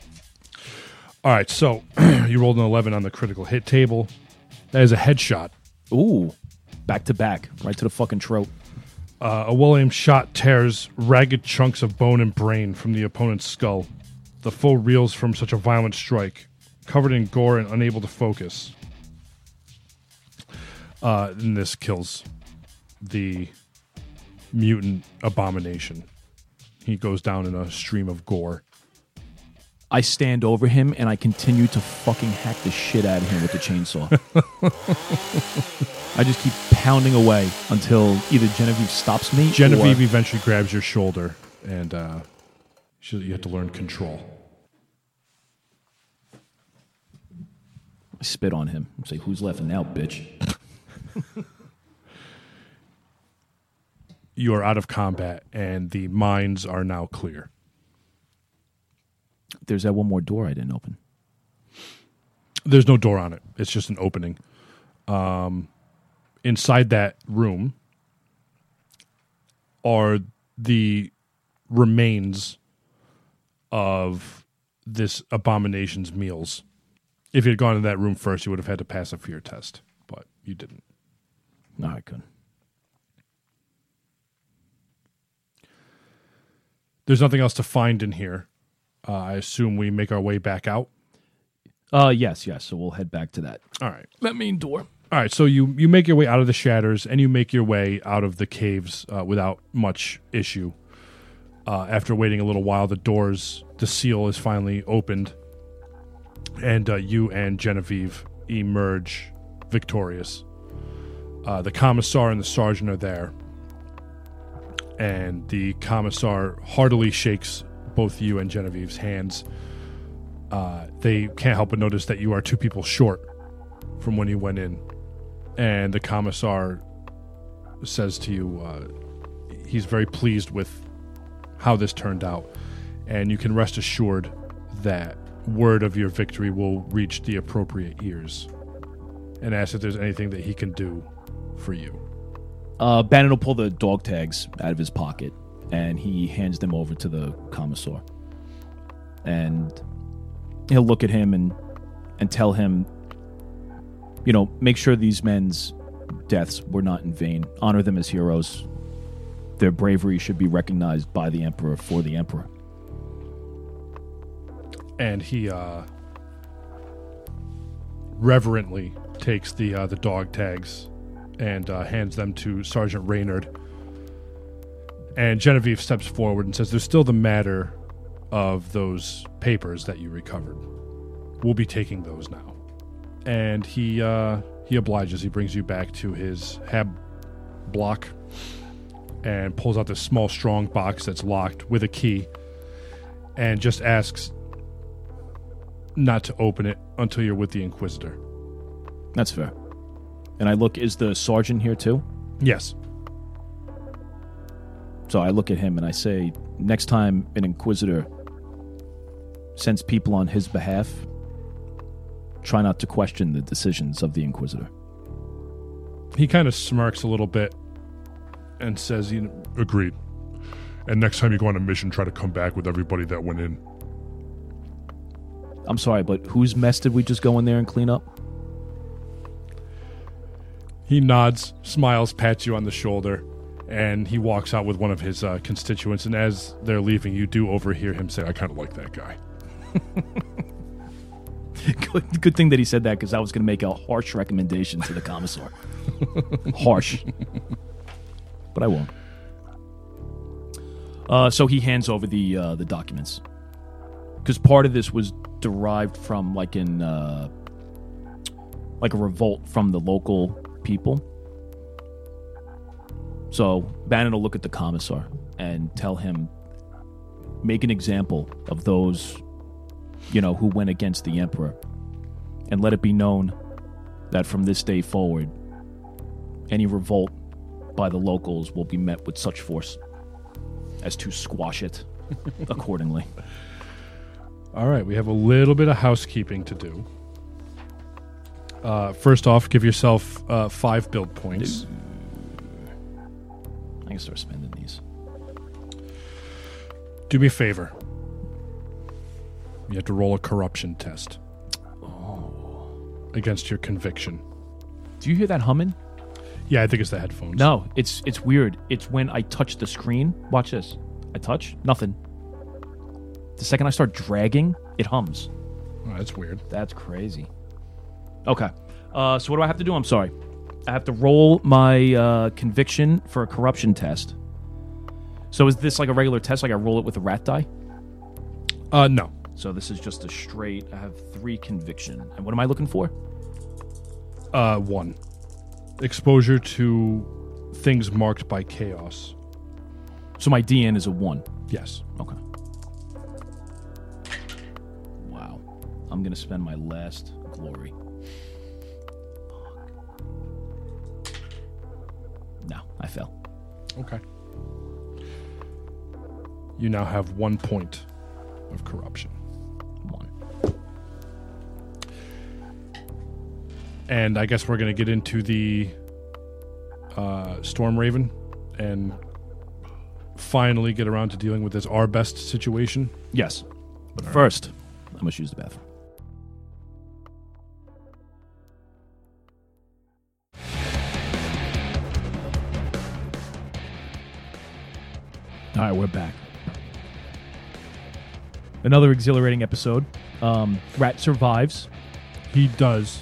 Speaker 3: All right, so <clears throat> you rolled an 11 on the critical hit table. That is a headshot.
Speaker 1: Ooh. Back to back. Right to the fucking throat.
Speaker 3: Uh, a well aimed shot tears ragged chunks of bone and brain from the opponent's skull. The foe reels from such a violent strike, covered in gore and unable to focus. Uh, and this kills the mutant abomination. He goes down in a stream of gore.
Speaker 1: I stand over him and I continue to fucking hack the shit out of him with the chainsaw. I just keep pounding away until either Genevieve stops me.
Speaker 3: Genevieve
Speaker 1: or-
Speaker 3: eventually grabs your shoulder, and uh, she- you have to learn control.
Speaker 1: I spit on him and say, Who's laughing now, bitch?
Speaker 3: You are out of combat, and the mines are now clear.
Speaker 1: There's that one more door I didn't open.
Speaker 3: There's no door on it. It's just an opening. Um, inside that room are the remains of this abomination's meals. If you had gone to that room first, you would have had to pass a fear test, but you didn't.
Speaker 1: No, I couldn't.
Speaker 3: There's nothing else to find in here. Uh, I assume we make our way back out.
Speaker 1: Uh, yes, yes. So we'll head back to that.
Speaker 3: All right.
Speaker 8: That main door.
Speaker 3: All right, so you you make your way out of the shatters and you make your way out of the caves uh, without much issue. Uh, after waiting a little while, the doors, the seal is finally opened, and uh, you and Genevieve emerge victorious. Uh, the commissar and the sergeant are there, and the commissar heartily shakes both you and Genevieve's hands. Uh, they can't help but notice that you are two people short from when you went in and the commissar says to you uh, he's very pleased with how this turned out and you can rest assured that word of your victory will reach the appropriate ears and asks if there's anything that he can do for you
Speaker 1: Uh, Bannon will pull the dog tags out of his pocket and he hands them over to the commissar. And he'll look at him and and tell him, you know, make sure these men's deaths were not in vain. Honor them as heroes. Their bravery should be recognized by the emperor for the emperor.
Speaker 3: and he uh, reverently takes the uh, the dog tags and uh, hands them to Sergeant Raynard. And Genevieve steps forward and says, "There's still the matter of those papers that you recovered. We'll be taking those now." And he uh, he obliges. He brings you back to his hab block and pulls out this small strong box that's locked with a key and just asks not to open it until you're with the Inquisitor.
Speaker 1: That's fair. And I look, is the sergeant here too?
Speaker 3: Yes.
Speaker 1: So I look at him and I say, next time an inquisitor sends people on his behalf, try not to question the decisions of the inquisitor.
Speaker 3: He kind of smirks a little bit and says, "You know, agreed." And next time you go on a mission, try to come back with everybody that went in.
Speaker 1: I'm sorry, but whose mess did we just go in there and clean up?
Speaker 3: He nods, smiles, pats you on the shoulder, and he walks out with one of his uh, constituents. And as they're leaving, you do overhear him say, "I kind of like that guy."
Speaker 1: good, good thing that he said that because I was going to make a harsh recommendation to the commissar. harsh. But I won't. Uh, so he hands over the uh, the documents because part of this was derived from like an uh, like a revolt from the local people. So Bannon will look at the commissar and tell him,
Speaker 9: make an example of those, you know, who went against the Emperor. And let it be known that from this day forward, any revolt by the locals will be met with such force as to squash <laughs> it accordingly.
Speaker 3: All right, we have a little bit of housekeeping to do. Uh, first off, give yourself uh, five build points.
Speaker 9: I can start spending these.
Speaker 3: Do me a favor. You have to roll a corruption test against your conviction.
Speaker 9: Do you hear that humming?
Speaker 3: Yeah, I think it's the headphones.
Speaker 9: No, it's it's weird. It's when I touch the screen. Watch this. I touch nothing. The second I start dragging, it hums.
Speaker 3: Oh, that's weird.
Speaker 9: That's crazy. Okay. Uh, so what do I have to do? I'm sorry. I have to roll my uh, conviction for a corruption test. So is this like a regular test? Like I roll it with a rat die?
Speaker 3: Uh, no.
Speaker 9: So this is just a straight. I have three conviction. And what am I looking for?
Speaker 3: Uh, one. Exposure to things marked by chaos.
Speaker 9: So my DN is a one.
Speaker 3: Yes.
Speaker 9: Okay. Wow. I'm gonna spend my last glory. Fuck. No, I fell.
Speaker 3: Okay. You now have one point of corruption.
Speaker 9: One.
Speaker 3: And I guess we're going to get into the uh, Storm Raven and finally get around to dealing with this our best situation.
Speaker 9: Yes. But first, I must use the bathroom. All right, we're back. Another exhilarating episode. Um, Rat survives.
Speaker 3: He does.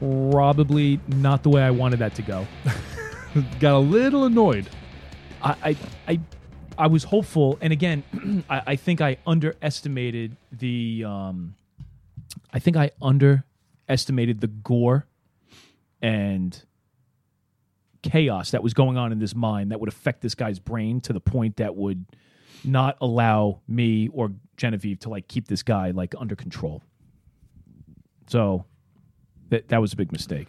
Speaker 1: Probably not the way I wanted that to go.
Speaker 3: Got a little annoyed.
Speaker 1: I, I, I, I was hopeful, and again, <clears throat> I, I think I underestimated the. Um, I think I underestimated the gore and chaos that was going on in this mind that would affect this guy's brain to the point that would not allow me or Genevieve to like keep this guy like under control. So that that was a big mistake.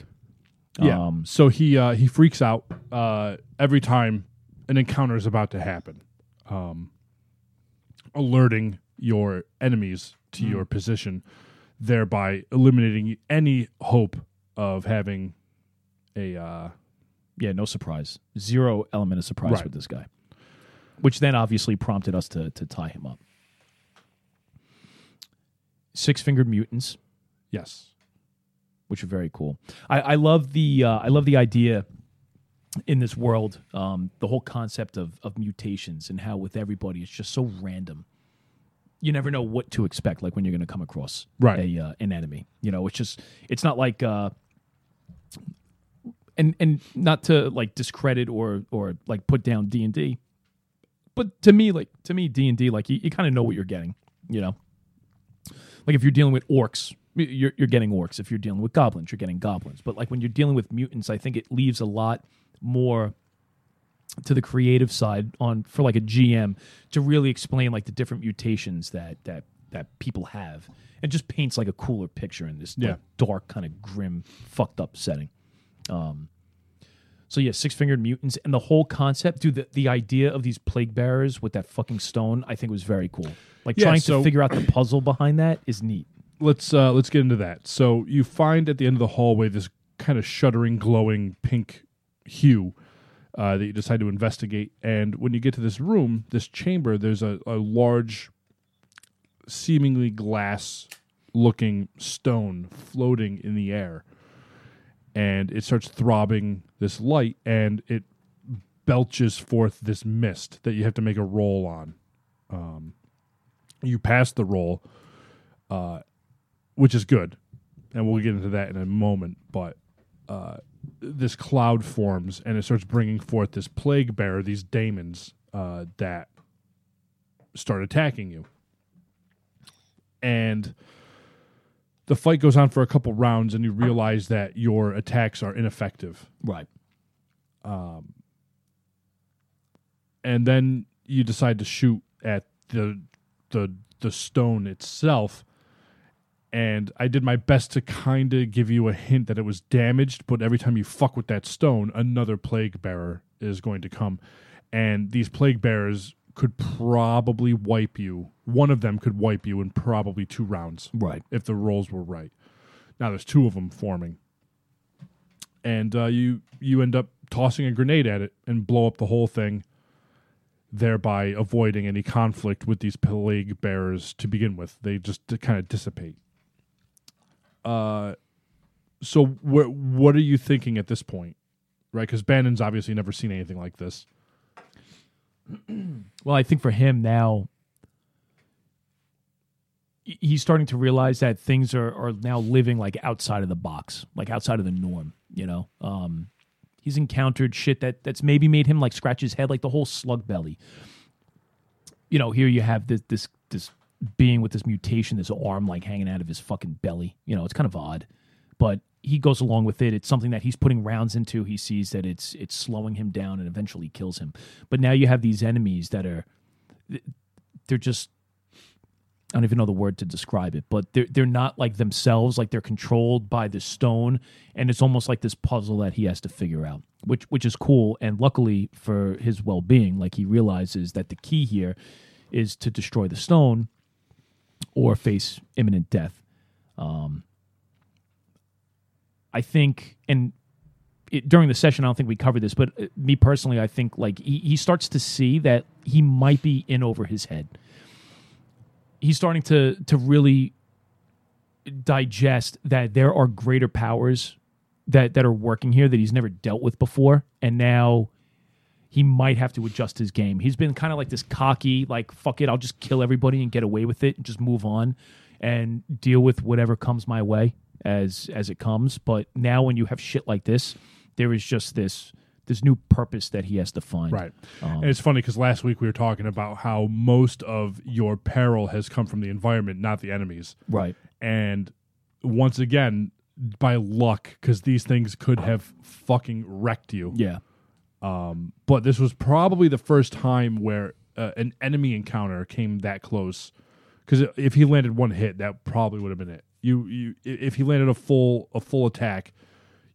Speaker 3: Yeah.
Speaker 9: Um,
Speaker 3: so he uh, he freaks out uh, every time an encounter is about to happen, um, alerting your enemies to your position, thereby eliminating any hope of having a uh,
Speaker 9: Yeah, no surprise. Zero element of surprise
Speaker 3: Right.
Speaker 9: with this guy. Which then obviously prompted us to, to tie him up. Six fingered mutants,
Speaker 3: yes.
Speaker 9: which are very cool.
Speaker 1: I, I love the uh, I love the idea in this world, um, the whole concept of of mutations and how with everybody it's just so random. You never know what to expect, like when you're going to come across
Speaker 3: Right.
Speaker 1: a uh, an enemy. You know, it's just it's not like. Uh, and, and not to like discredit or or like put down D and D, but to me like to me D and D like you, you kind of know what you're getting, you know. Like if you're dealing with orcs, y- you're, you're getting orcs. If you're dealing with goblins, you're getting goblins. But like when you're dealing with mutants, I think it leaves a lot more to the creative side on for like a GM to really explain like the different mutations that that that people have, and just paints like a cooler picture in this like,
Speaker 3: Yeah.
Speaker 1: dark kind of grim, fucked up setting. So yeah, six fingered mutants and the whole concept, dude. The, the idea of these plague bearers with that fucking stone, I think was very cool. Like
Speaker 3: Yeah,
Speaker 1: trying
Speaker 3: so-
Speaker 1: to figure out the puzzle behind that is neat.
Speaker 3: Let's uh, let's get into that. So you find at the end of the hallway this kind of shuddering, glowing pink hue. Uh, that you decide to investigate, and when you get to this room, this chamber, there's a, a large seemingly glass looking stone floating in the air. And it starts throbbing this light and it belches forth this mist that you have to make a roll on. Um, you pass the roll, uh, which is good. And we'll get into that in a moment. But uh, this cloud forms and it starts bringing forth this plague bearer, these daemons uh, that start attacking you. And the fight goes on for a couple rounds, and you realize that your attacks are ineffective.
Speaker 9: Right.
Speaker 3: And then you decide to shoot at the the the stone itself. And I did my best to kind of give you a hint that it was damaged, but every time you fuck with that stone, another plague bearer is going to come. And these plague bearers could probably wipe you. One of them could wipe you in probably two rounds
Speaker 1: Right.
Speaker 3: if the rolls were right. Now there's two of them forming, and uh, you you end up tossing a grenade at it and blow up the whole thing, thereby avoiding any conflict with these plague bearers to begin with. They just kind of dissipate. Uh, so wh- what are you thinking at this point, right? Because Bannon's obviously never seen anything like this.
Speaker 1: Well, I think for him now, he- he's starting to realize that things are, are now living like outside of the box, like outside of the norm. You know, um, he's encountered shit that that's maybe made him like scratch his head, like the whole slug belly. You know, here you have this this this being with this mutation, this arm like hanging out of his fucking belly. You know, it's kind of odd, but he goes along with it. It's something that he's putting rounds into. He sees that it's it's slowing him down and eventually kills him. But now you have these enemies that are they're just I don't even know the word to describe it, but they're they're not like themselves, like they're controlled by the stone, and it's almost like this puzzle that he has to figure out, which which is cool. And luckily for his well being, like he realizes that the key here is to destroy the stone or face imminent death. I think, and it, during the session, I don't think we covered this, but uh, me personally, I think like he, he starts to see that he might be in over his head. He's starting to to really digest that there are greater powers that that are working here that he's never dealt with before, and now he might have to adjust his game. He's been kind of like this cocky, like fuck it, I'll just kill everybody and get away with it and just move on and deal with whatever comes my way as as it comes. But now when you have shit like this, there is just this this new purpose that he has to find. Um,
Speaker 3: Right. and it's funny because last week we were talking about how most of your peril has come from the environment, not the enemies.
Speaker 1: Right.
Speaker 3: and once again by luck because these things could have fucking wrecked you
Speaker 1: Yeah.
Speaker 3: but this was probably the first time where uh, an enemy encounter came that close because if he landed one hit that probably would have been it you, you i- if he landed a full a full attack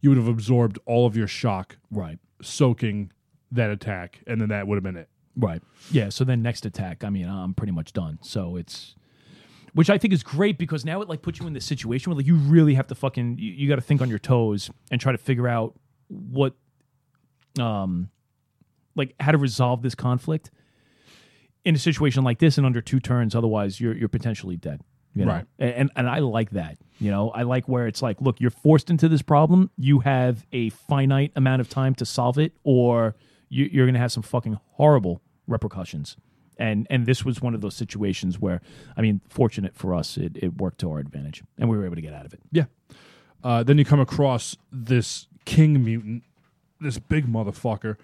Speaker 3: you would have absorbed all of your shock
Speaker 1: Right.
Speaker 3: soaking that attack and then that would have been it
Speaker 1: Right. Yeah. So then next attack, I mean, I'm pretty much done. So it's, which I think is great because now it like puts you in this situation where like you really have to fucking you, you got to think on your toes and try to figure out what, um, like how to resolve this conflict in a situation like this in under two turns. Otherwise, you're you're potentially dead. You know?
Speaker 3: Right.
Speaker 1: A- And and I like that. You know, I like where it's like, look, you're forced into this problem. You have a finite amount of time to solve it, or you, you're going to have some fucking horrible repercussions. And and this was one of those situations where, I mean, fortunate for us, it, it worked to our advantage, and we were able to get out of it.
Speaker 3: Yeah. Uh, then you come across this king mutant, this big motherfucker,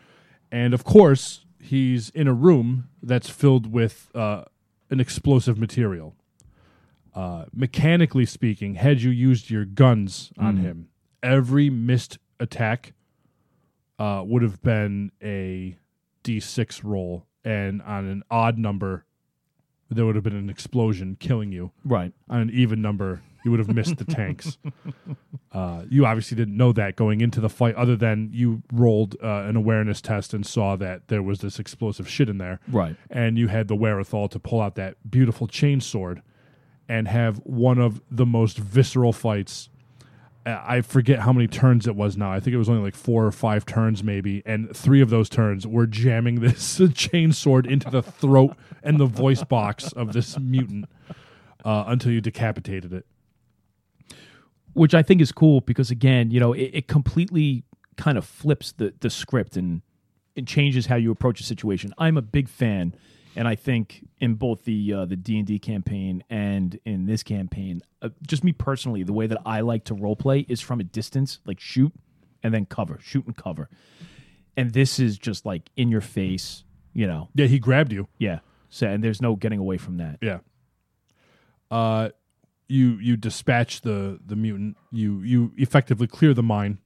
Speaker 3: and of course he's in a room that's filled with uh, an explosive material. Uh, mechanically speaking, had you used your guns on him, every missed attack uh, would have been a d6 roll, and on an odd number, there would have been an explosion killing you
Speaker 1: Right.
Speaker 3: on an even number, you would have missed the tanks. Uh, you obviously didn't know that going into the fight, other than you rolled uh, an awareness test and saw that there was this explosive shit in there.
Speaker 1: Right.
Speaker 3: And you had the wherewithal to pull out that beautiful chain sword and have one of the most visceral fights. Uh, I forget how many turns it was now. I think it was only like four or five turns, maybe. And three of those turns were jamming this <laughs> chain sword into the throat and the voice box of this mutant uh, until you decapitated it.
Speaker 1: which I think is cool because again, you know, it, it completely kind of flips the the script and it changes how you approach a situation. I'm a big fan, and I think in both the uh, the D and D campaign and in this campaign, uh, just me personally, the way that I like to role play is from a distance, like shoot and then cover, shoot and cover, and this is just like in your face, you know,
Speaker 3: Yeah, he grabbed you.
Speaker 1: yeah. So and there's no getting away from that.
Speaker 3: Yeah. Uh, you you dispatch the the mutant. You you effectively clear the mine,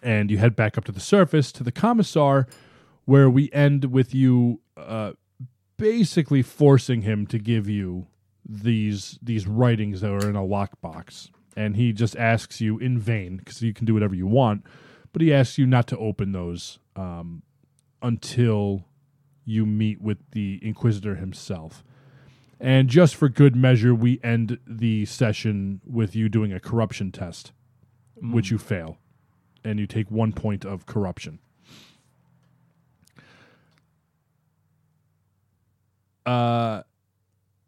Speaker 3: and you head back up to the surface to the commissar, where we end with you uh, basically forcing him to give you these these writings that are in a lockbox, and he just asks you in vain because you can do whatever you want, but he asks you not to open those um, until you meet with the Inquisitor himself. And just for good measure, we end the session with you doing a corruption test, which you fail, and you take one point of corruption. Uh,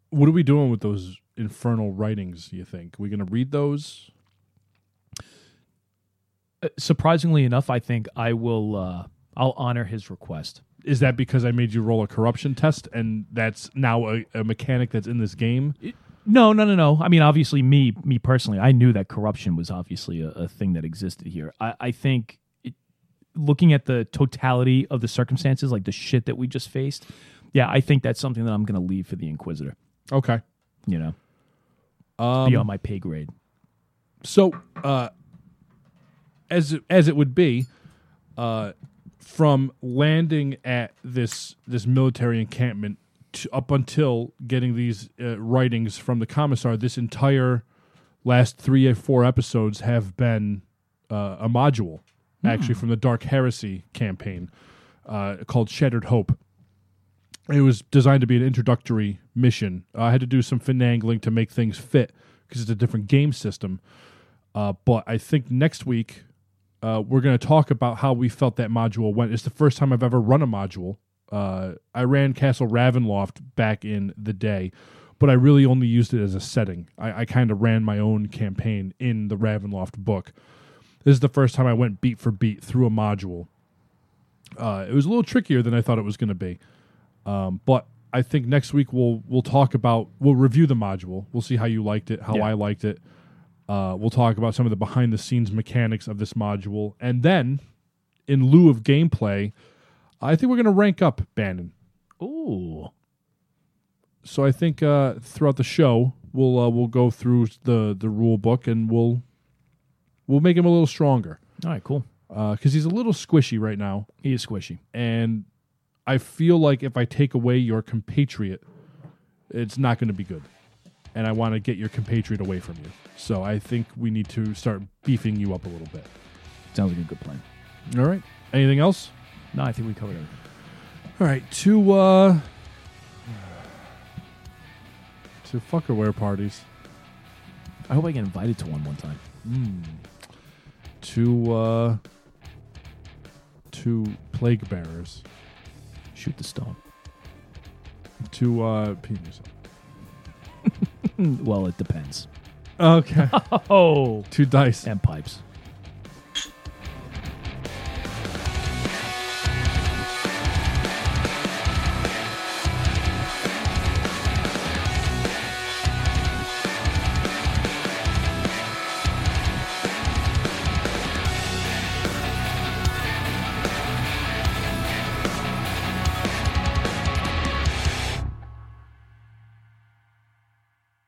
Speaker 3: what are we doing with those infernal writings? You think we gonna read those?
Speaker 1: Uh, surprisingly enough, I think I will. Uh, I'll honor his request.
Speaker 3: Is that because I made you roll a corruption test, and that's now a, a mechanic that's in this game?
Speaker 1: No, no, no, no. I mean, obviously, me, me personally, I knew that corruption was obviously a, a thing that existed here. I, I think it, looking at the totality of the circumstances, like the shit that we just faced, yeah, I think that's something that I'm going to leave for the Inquisitor.
Speaker 3: Okay.
Speaker 1: You know,
Speaker 3: Um,
Speaker 1: beyond my pay grade.
Speaker 3: So, uh, as as it would be, uh, from landing at this this military encampment to, up until getting these uh, writings from the commissar, this entire last three or four episodes have been uh, a module, actually from the Dark Heresy campaign uh, called Shattered Hope. It was designed to be an introductory mission. I had to do some finagling to make things fit because it's a different game system. Uh, but I think next week uh, we're going to talk about how we felt that module went. It's the first time I've ever run a module. Uh, I ran Castle Ravenloft back in the day, but I really only used it as a setting. I, I kind of ran my own campaign in the Ravenloft book. This is the first time I went beat for beat through a module. Uh, it was a little trickier than I thought it was going to be. Um, but I think next week we'll we'll talk about we'll review the module. We'll see how you liked it, how
Speaker 1: Yeah.
Speaker 3: I liked it. Uh, we'll talk about some of the behind the scenes mechanics of this module, and then in lieu of gameplay, I think we're going to rank up Bannon.
Speaker 1: Ooh.
Speaker 3: So I think uh, throughout the show we'll uh, we'll go through the the rule book and we'll we'll make him a little stronger
Speaker 1: All right, cool.
Speaker 3: because he's a little squishy right now.
Speaker 1: He is squishy.
Speaker 3: and I feel like if I take away your compatriot, it's not going to be good. And I want to get your compatriot away from you. So I think we need to start beefing you up a little bit.
Speaker 1: Sounds like a good plan.
Speaker 3: All right. Anything else?
Speaker 1: No, I think we covered everything.
Speaker 3: All right. To uh to fuckerware parties.
Speaker 1: I hope I get invited to one one time.
Speaker 3: Hmm. To uh to plague bearers.
Speaker 1: Shoot the stone.
Speaker 3: To uh <laughs> penis.
Speaker 1: well, it depends.
Speaker 3: Okay.
Speaker 1: Oh,
Speaker 3: to dice.
Speaker 1: and pipes.